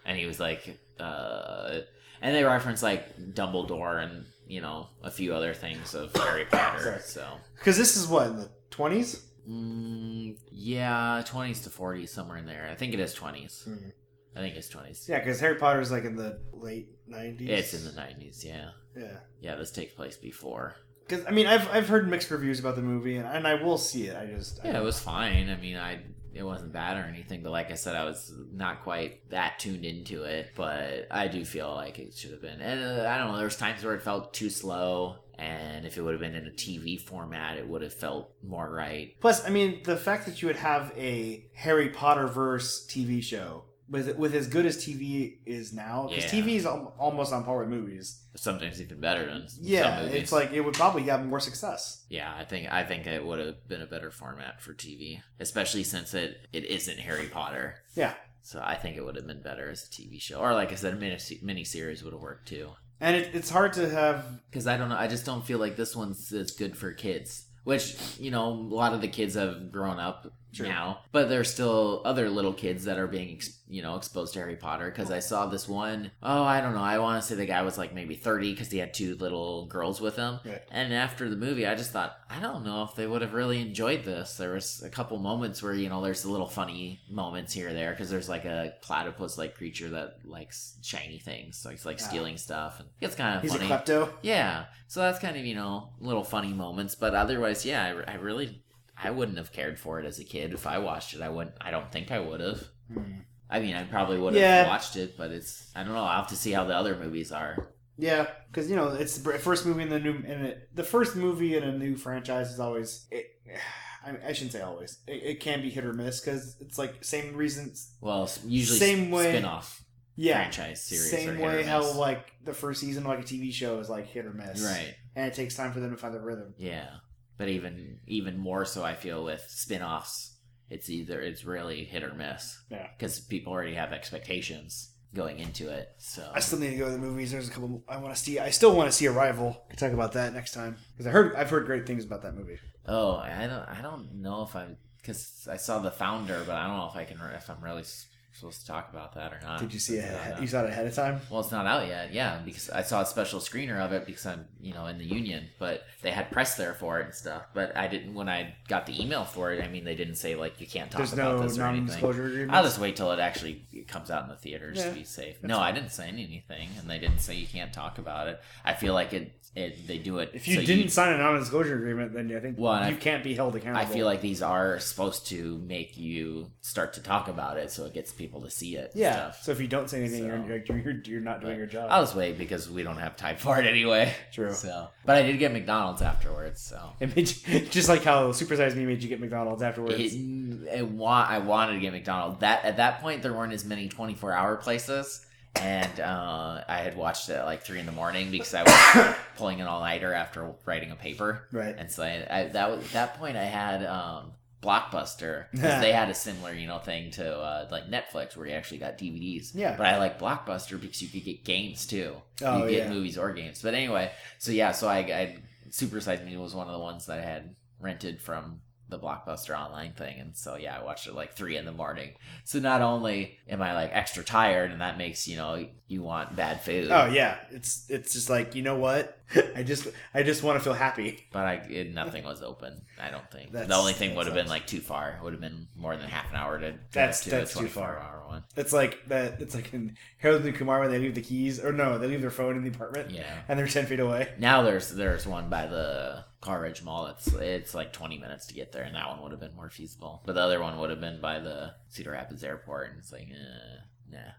Speaker 2: And he was like, uh, and they reference like Dumbledore and you know a few other things of Harry Potter.
Speaker 1: Sorry.
Speaker 2: so.
Speaker 1: Because this is what in the twenties.
Speaker 2: Mm, yeah, twenties to forties, somewhere in there. I think it is twenties.
Speaker 1: Mhm.
Speaker 2: I think it's twenties.
Speaker 1: Yeah, because Harry Potter's like in the late nineties.
Speaker 2: It's in the nineties. Yeah,
Speaker 1: yeah.
Speaker 2: yeah. This takes place before.
Speaker 1: Because I mean, I've I've heard mixed reviews about the movie, and, and I will see it. I just
Speaker 2: Yeah,
Speaker 1: I,
Speaker 2: it was fine. I mean, I it wasn't bad or anything, but like I said, I was not quite that tuned into it. But I do feel like it should have been. And uh, I don't know. There was times where it felt too slow, and if it would have been in a TV format, it would have felt more right.
Speaker 1: Plus, I mean, the fact that you would have a Harry Potter verse TV show with with as good as TV is now, because
Speaker 2: Yeah.
Speaker 1: TV is al- almost on par with movies.
Speaker 2: Sometimes even better than some
Speaker 1: Yeah,
Speaker 2: movies.
Speaker 1: it's like it would probably have more success.
Speaker 2: Yeah, I think I think it would have been a better format for TV, especially since it it isn't Harry Potter.
Speaker 1: Yeah.
Speaker 2: So I think it would have been better as a TV show, or like I said, a mini miniseries would have worked too.
Speaker 1: And it, it's hard to have.
Speaker 2: Because I don't know, I just don't feel like this one's as good for kids. Which you know, a lot of the kids have grown up
Speaker 1: True.
Speaker 2: now, but there's still other little kids that are being ex- you know exposed to Harry Potter. Because I saw this one, oh I don't know, I want to say the guy was like maybe thirty because he had two little girls with him.
Speaker 1: Right.
Speaker 2: And after the movie, I just thought, I don't know if they would have really enjoyed this. There was a couple moments where you know there's the little funny moments here or there because there's like a platypus like creature that likes shiny things, so he's like
Speaker 1: Yeah.
Speaker 2: stealing stuff, and it's kind of
Speaker 1: He's
Speaker 2: funny.
Speaker 1: a klepto.
Speaker 2: Yeah, so that's kind of you know little funny moments, but otherwise, yeah, I, I really I wouldn't have cared for it as a kid if I watched it. I wouldn't. I don't think I would have.
Speaker 1: Hmm.
Speaker 2: I mean, I probably would have
Speaker 1: Yeah.
Speaker 2: watched it, but it's I don't know. I'll have to see how the other movies are.
Speaker 1: Yeah, because you know it's the br- first movie in the new in it, the first movie in a new franchise is always. It, I, mean, I shouldn't say always. It, it can be hit or miss because it's like same reasons.
Speaker 2: Well, s- usually
Speaker 1: Same way-
Speaker 2: spin-off
Speaker 1: Yeah,
Speaker 2: franchise series. are
Speaker 1: same
Speaker 2: hit or
Speaker 1: way how
Speaker 2: miss.
Speaker 1: like the first season of like a TV show is like hit or miss,
Speaker 2: right?
Speaker 1: And it takes time for them to find the rhythm.
Speaker 2: Yeah, but even even more so, I feel with spin-offs, it's either it's really hit or miss.
Speaker 1: Yeah.
Speaker 2: because people already have expectations going into it. So
Speaker 1: I still need to go to the movies. There's a couple I want to see. I still want to see Arrival. Can talk about that next time because I heard I've heard great things about that movie.
Speaker 2: Oh, I don't. I don't know if I because I saw the founder, but I don't know if I can. re- If I'm really s- supposed to talk about that or not.
Speaker 1: Did you see it?
Speaker 2: It's not
Speaker 1: ahead-
Speaker 2: out.
Speaker 1: You saw it ahead of time.
Speaker 2: Well, it's not out yet. Yeah, because I saw a special screener of it because I'm, you know, in the union, but they had press there for it and stuff. But I didn't when I got the email for it. I mean, they didn't say like you can't talk
Speaker 1: There's
Speaker 2: about
Speaker 1: no
Speaker 2: this or anything.
Speaker 1: non-disclosure agreement.
Speaker 2: I'll just wait till it actually comes out in the theaters
Speaker 1: Yeah,
Speaker 2: to be safe.
Speaker 1: that's
Speaker 2: No, I didn't say anything, and they didn't say you can't talk about it. I feel like it. it they do it.
Speaker 1: if you
Speaker 2: so
Speaker 1: didn't sign a non-disclosure agreement, then I think
Speaker 2: Well, and
Speaker 1: you
Speaker 2: I-
Speaker 1: can't be held accountable.
Speaker 2: I feel like these are supposed to make you start to talk about it, so it gets people to see it. and
Speaker 1: yeah.
Speaker 2: stuff.
Speaker 1: So if you don't say anything,
Speaker 2: So-
Speaker 1: you're, you're you're you're not doing
Speaker 2: But
Speaker 1: your job.
Speaker 2: I'll just wait because we don't have time for it anyway.
Speaker 1: True.
Speaker 2: So, but I did get McDonald's afterwards. So
Speaker 1: It made you, just like how Super Size Me made you get McDonald's afterwards.
Speaker 2: it, it wa- I wanted to get McDonald's. That at that point there weren't as many twenty four hour places, and uh, I had watched it at like three in the morning because I was pulling an all nighter after writing a paper.
Speaker 1: right.
Speaker 2: And so I, I that was that point I had um, Blockbuster 'cause they had a similar you know thing to uh, like Netflix where you actually got DVDs.
Speaker 1: Yeah.
Speaker 2: But I like Blockbuster because you could get games too.
Speaker 1: Oh,
Speaker 2: you could get
Speaker 1: yeah.
Speaker 2: movies or games. But anyway, so yeah, so I, I Super Size Me was one of the ones that I had rented from the Blockbuster online thing, and so yeah, I watched it like three in the morning. So not only am I like extra tired, and that makes you know you want bad food.
Speaker 1: Oh yeah. It's it's just like you know what? I just I just want to feel happy.
Speaker 2: But I it, nothing was open. I don't think
Speaker 1: That's-
Speaker 2: the only thing
Speaker 1: that
Speaker 2: would have been
Speaker 1: sucks.
Speaker 2: like too far. It would have been more than half an hour to drive
Speaker 1: That's-
Speaker 2: to
Speaker 1: that's
Speaker 2: a
Speaker 1: too
Speaker 2: twenty-four
Speaker 1: far.
Speaker 2: hour one.
Speaker 1: It's like that. It's like in Harold and Kumar when they leave the keys, or no, they leave their phone in the apartment,
Speaker 2: Yeah.
Speaker 1: and they're ten feet away.
Speaker 2: Now there's there's one by the Carridge Mall. It's it's like twenty minutes to get there, and that one would have been more feasible. But the other one would have been by the Cedar Rapids Airport, and it's like, eh, nah.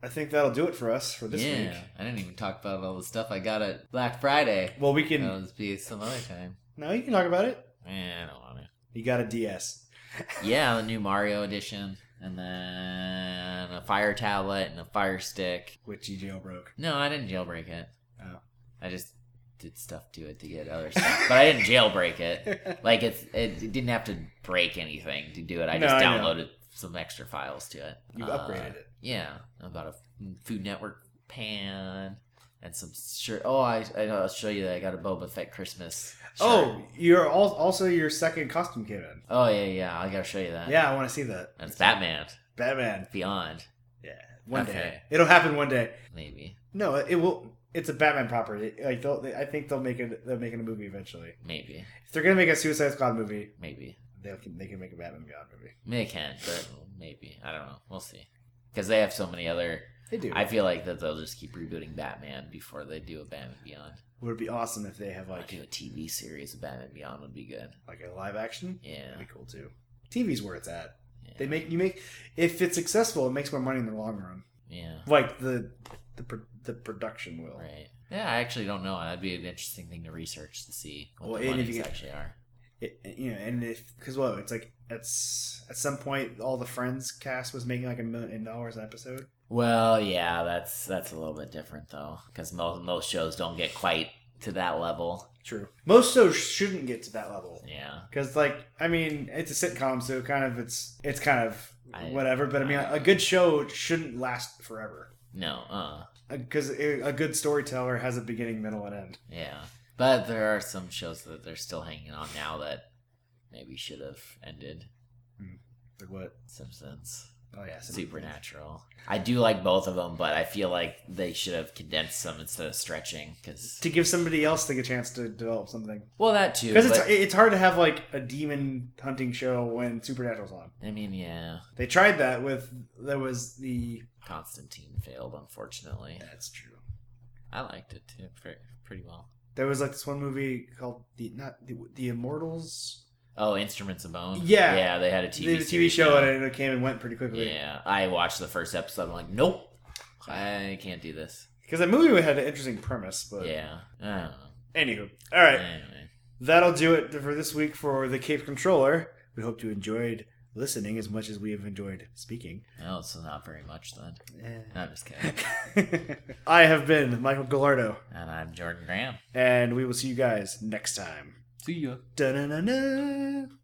Speaker 1: I think that'll do it for us for this
Speaker 2: yeah,
Speaker 1: week.
Speaker 2: I didn't even talk about all the stuff I got at Black Friday.
Speaker 1: Well, we can
Speaker 2: That'll be some other time.
Speaker 1: no, you can talk about it.
Speaker 2: Eh, I don't want to.
Speaker 1: You got a DS.
Speaker 2: Yeah, the new Mario edition, and then a fire tablet and a fire stick.
Speaker 1: Which you jailbroke.
Speaker 2: No, I didn't jailbreak it.
Speaker 1: Oh.
Speaker 2: I just did stuff to it to get other stuff, but I didn't jailbreak it. Like it's it didn't have to break anything to do it. I
Speaker 1: No,
Speaker 2: just
Speaker 1: I know.
Speaker 2: downloaded some extra files to it.
Speaker 1: You
Speaker 2: Uh,
Speaker 1: upgraded it.
Speaker 2: Yeah, about a Food Network pan and some shirt. Oh, I, I I'll show you that I got a Boba Fett Christmas. Shirt.
Speaker 1: Oh, you're al- also your second costume came in.
Speaker 2: oh yeah, yeah. I gotta show you that.
Speaker 1: Yeah, I want to see that.
Speaker 2: that's Batman
Speaker 1: Batman.
Speaker 2: Beyond.
Speaker 1: Yeah, one day
Speaker 2: Okay.
Speaker 1: it'll happen. One day.
Speaker 2: Maybe,
Speaker 1: No, it will. It's a Batman property. Like they'll, they, I think they'll make it. They'll make it a movie eventually.
Speaker 2: maybe,
Speaker 1: If they're gonna make a Suicide Squad movie,
Speaker 2: maybe.
Speaker 1: they can they can make a Batman Beyond movie.
Speaker 2: They can, but maybe. I don't know. We'll see. Because they have so many other.
Speaker 1: They do.
Speaker 2: I feel like that they'll just keep rebooting Batman before they do a Batman Beyond.
Speaker 1: Would it be awesome if they have
Speaker 2: Like
Speaker 1: like
Speaker 2: do a TV series of Batman Beyond would be good.
Speaker 1: like a live action?
Speaker 2: Yeah.
Speaker 1: That'd be cool too. TV's where it's at.
Speaker 2: yeah.
Speaker 1: They make you make if it's successful, it makes more money in the long run.
Speaker 2: Yeah.
Speaker 1: Like the the pro- the production will.
Speaker 2: Right. Yeah, I actually don't know. That'd be an interesting thing to research to see what
Speaker 1: Well,
Speaker 2: the
Speaker 1: and if
Speaker 2: monies
Speaker 1: you get-
Speaker 2: actually are.
Speaker 1: It, you know, and if because well, it's like it's at some point all the Friends cast was making like a million dollars an episode.
Speaker 2: Well, yeah, that's that's a little bit different though, because most most shows don't get quite to that level.
Speaker 1: True. Most shows shouldn't get to that level.
Speaker 2: Yeah.
Speaker 1: Because like I mean, it's a sitcom, so kind of it's it's kind of
Speaker 2: I-
Speaker 1: whatever. But I mean,
Speaker 2: I-
Speaker 1: a good show shouldn't last forever
Speaker 2: No. Uh.
Speaker 1: because a good storyteller has a beginning, middle, and end.
Speaker 2: Yeah. But there are some shows that they're still hanging on now that maybe should have ended.
Speaker 1: Like what?
Speaker 2: Simpsons,
Speaker 1: Oh yeah, some-
Speaker 2: Supernatural. I do like both of them, but I feel like they should have condensed some instead of stretching. Cause
Speaker 1: To give somebody else like a chance to develop something,
Speaker 2: well, that too.
Speaker 1: because it's
Speaker 2: but-
Speaker 1: it's hard to have like a demon hunting show when Supernatural's on.
Speaker 2: I mean, yeah,
Speaker 1: They tried that with there was the
Speaker 2: Constantine failed, unfortunately.
Speaker 1: that's true.
Speaker 2: I liked it too, pretty, pretty well.
Speaker 1: There was like this one movie called the not the, the Immortals.
Speaker 2: Oh, Instruments of Bone.
Speaker 1: Yeah.
Speaker 2: yeah, they had a TV,
Speaker 1: They did a TV
Speaker 2: series
Speaker 1: show
Speaker 2: now.
Speaker 1: and it came and went pretty quickly.
Speaker 2: Yeah, I watched the first episode. I'm like, nope, I can't do this.
Speaker 1: Because that movie had an interesting premise, but
Speaker 2: Yeah, I don't know.
Speaker 1: anywho, all right,
Speaker 2: Anyway.
Speaker 1: that'll do it for this week for the Cape Controller. We hope you enjoyed listening as much as we have enjoyed speaking.
Speaker 2: No, it's not very much then. No, I'm just kidding.
Speaker 1: I have been Michael Gallardo,
Speaker 2: and I'm Jordan Graham.
Speaker 1: and we will see you guys next time.
Speaker 2: See ya.
Speaker 1: Da-na-na-na.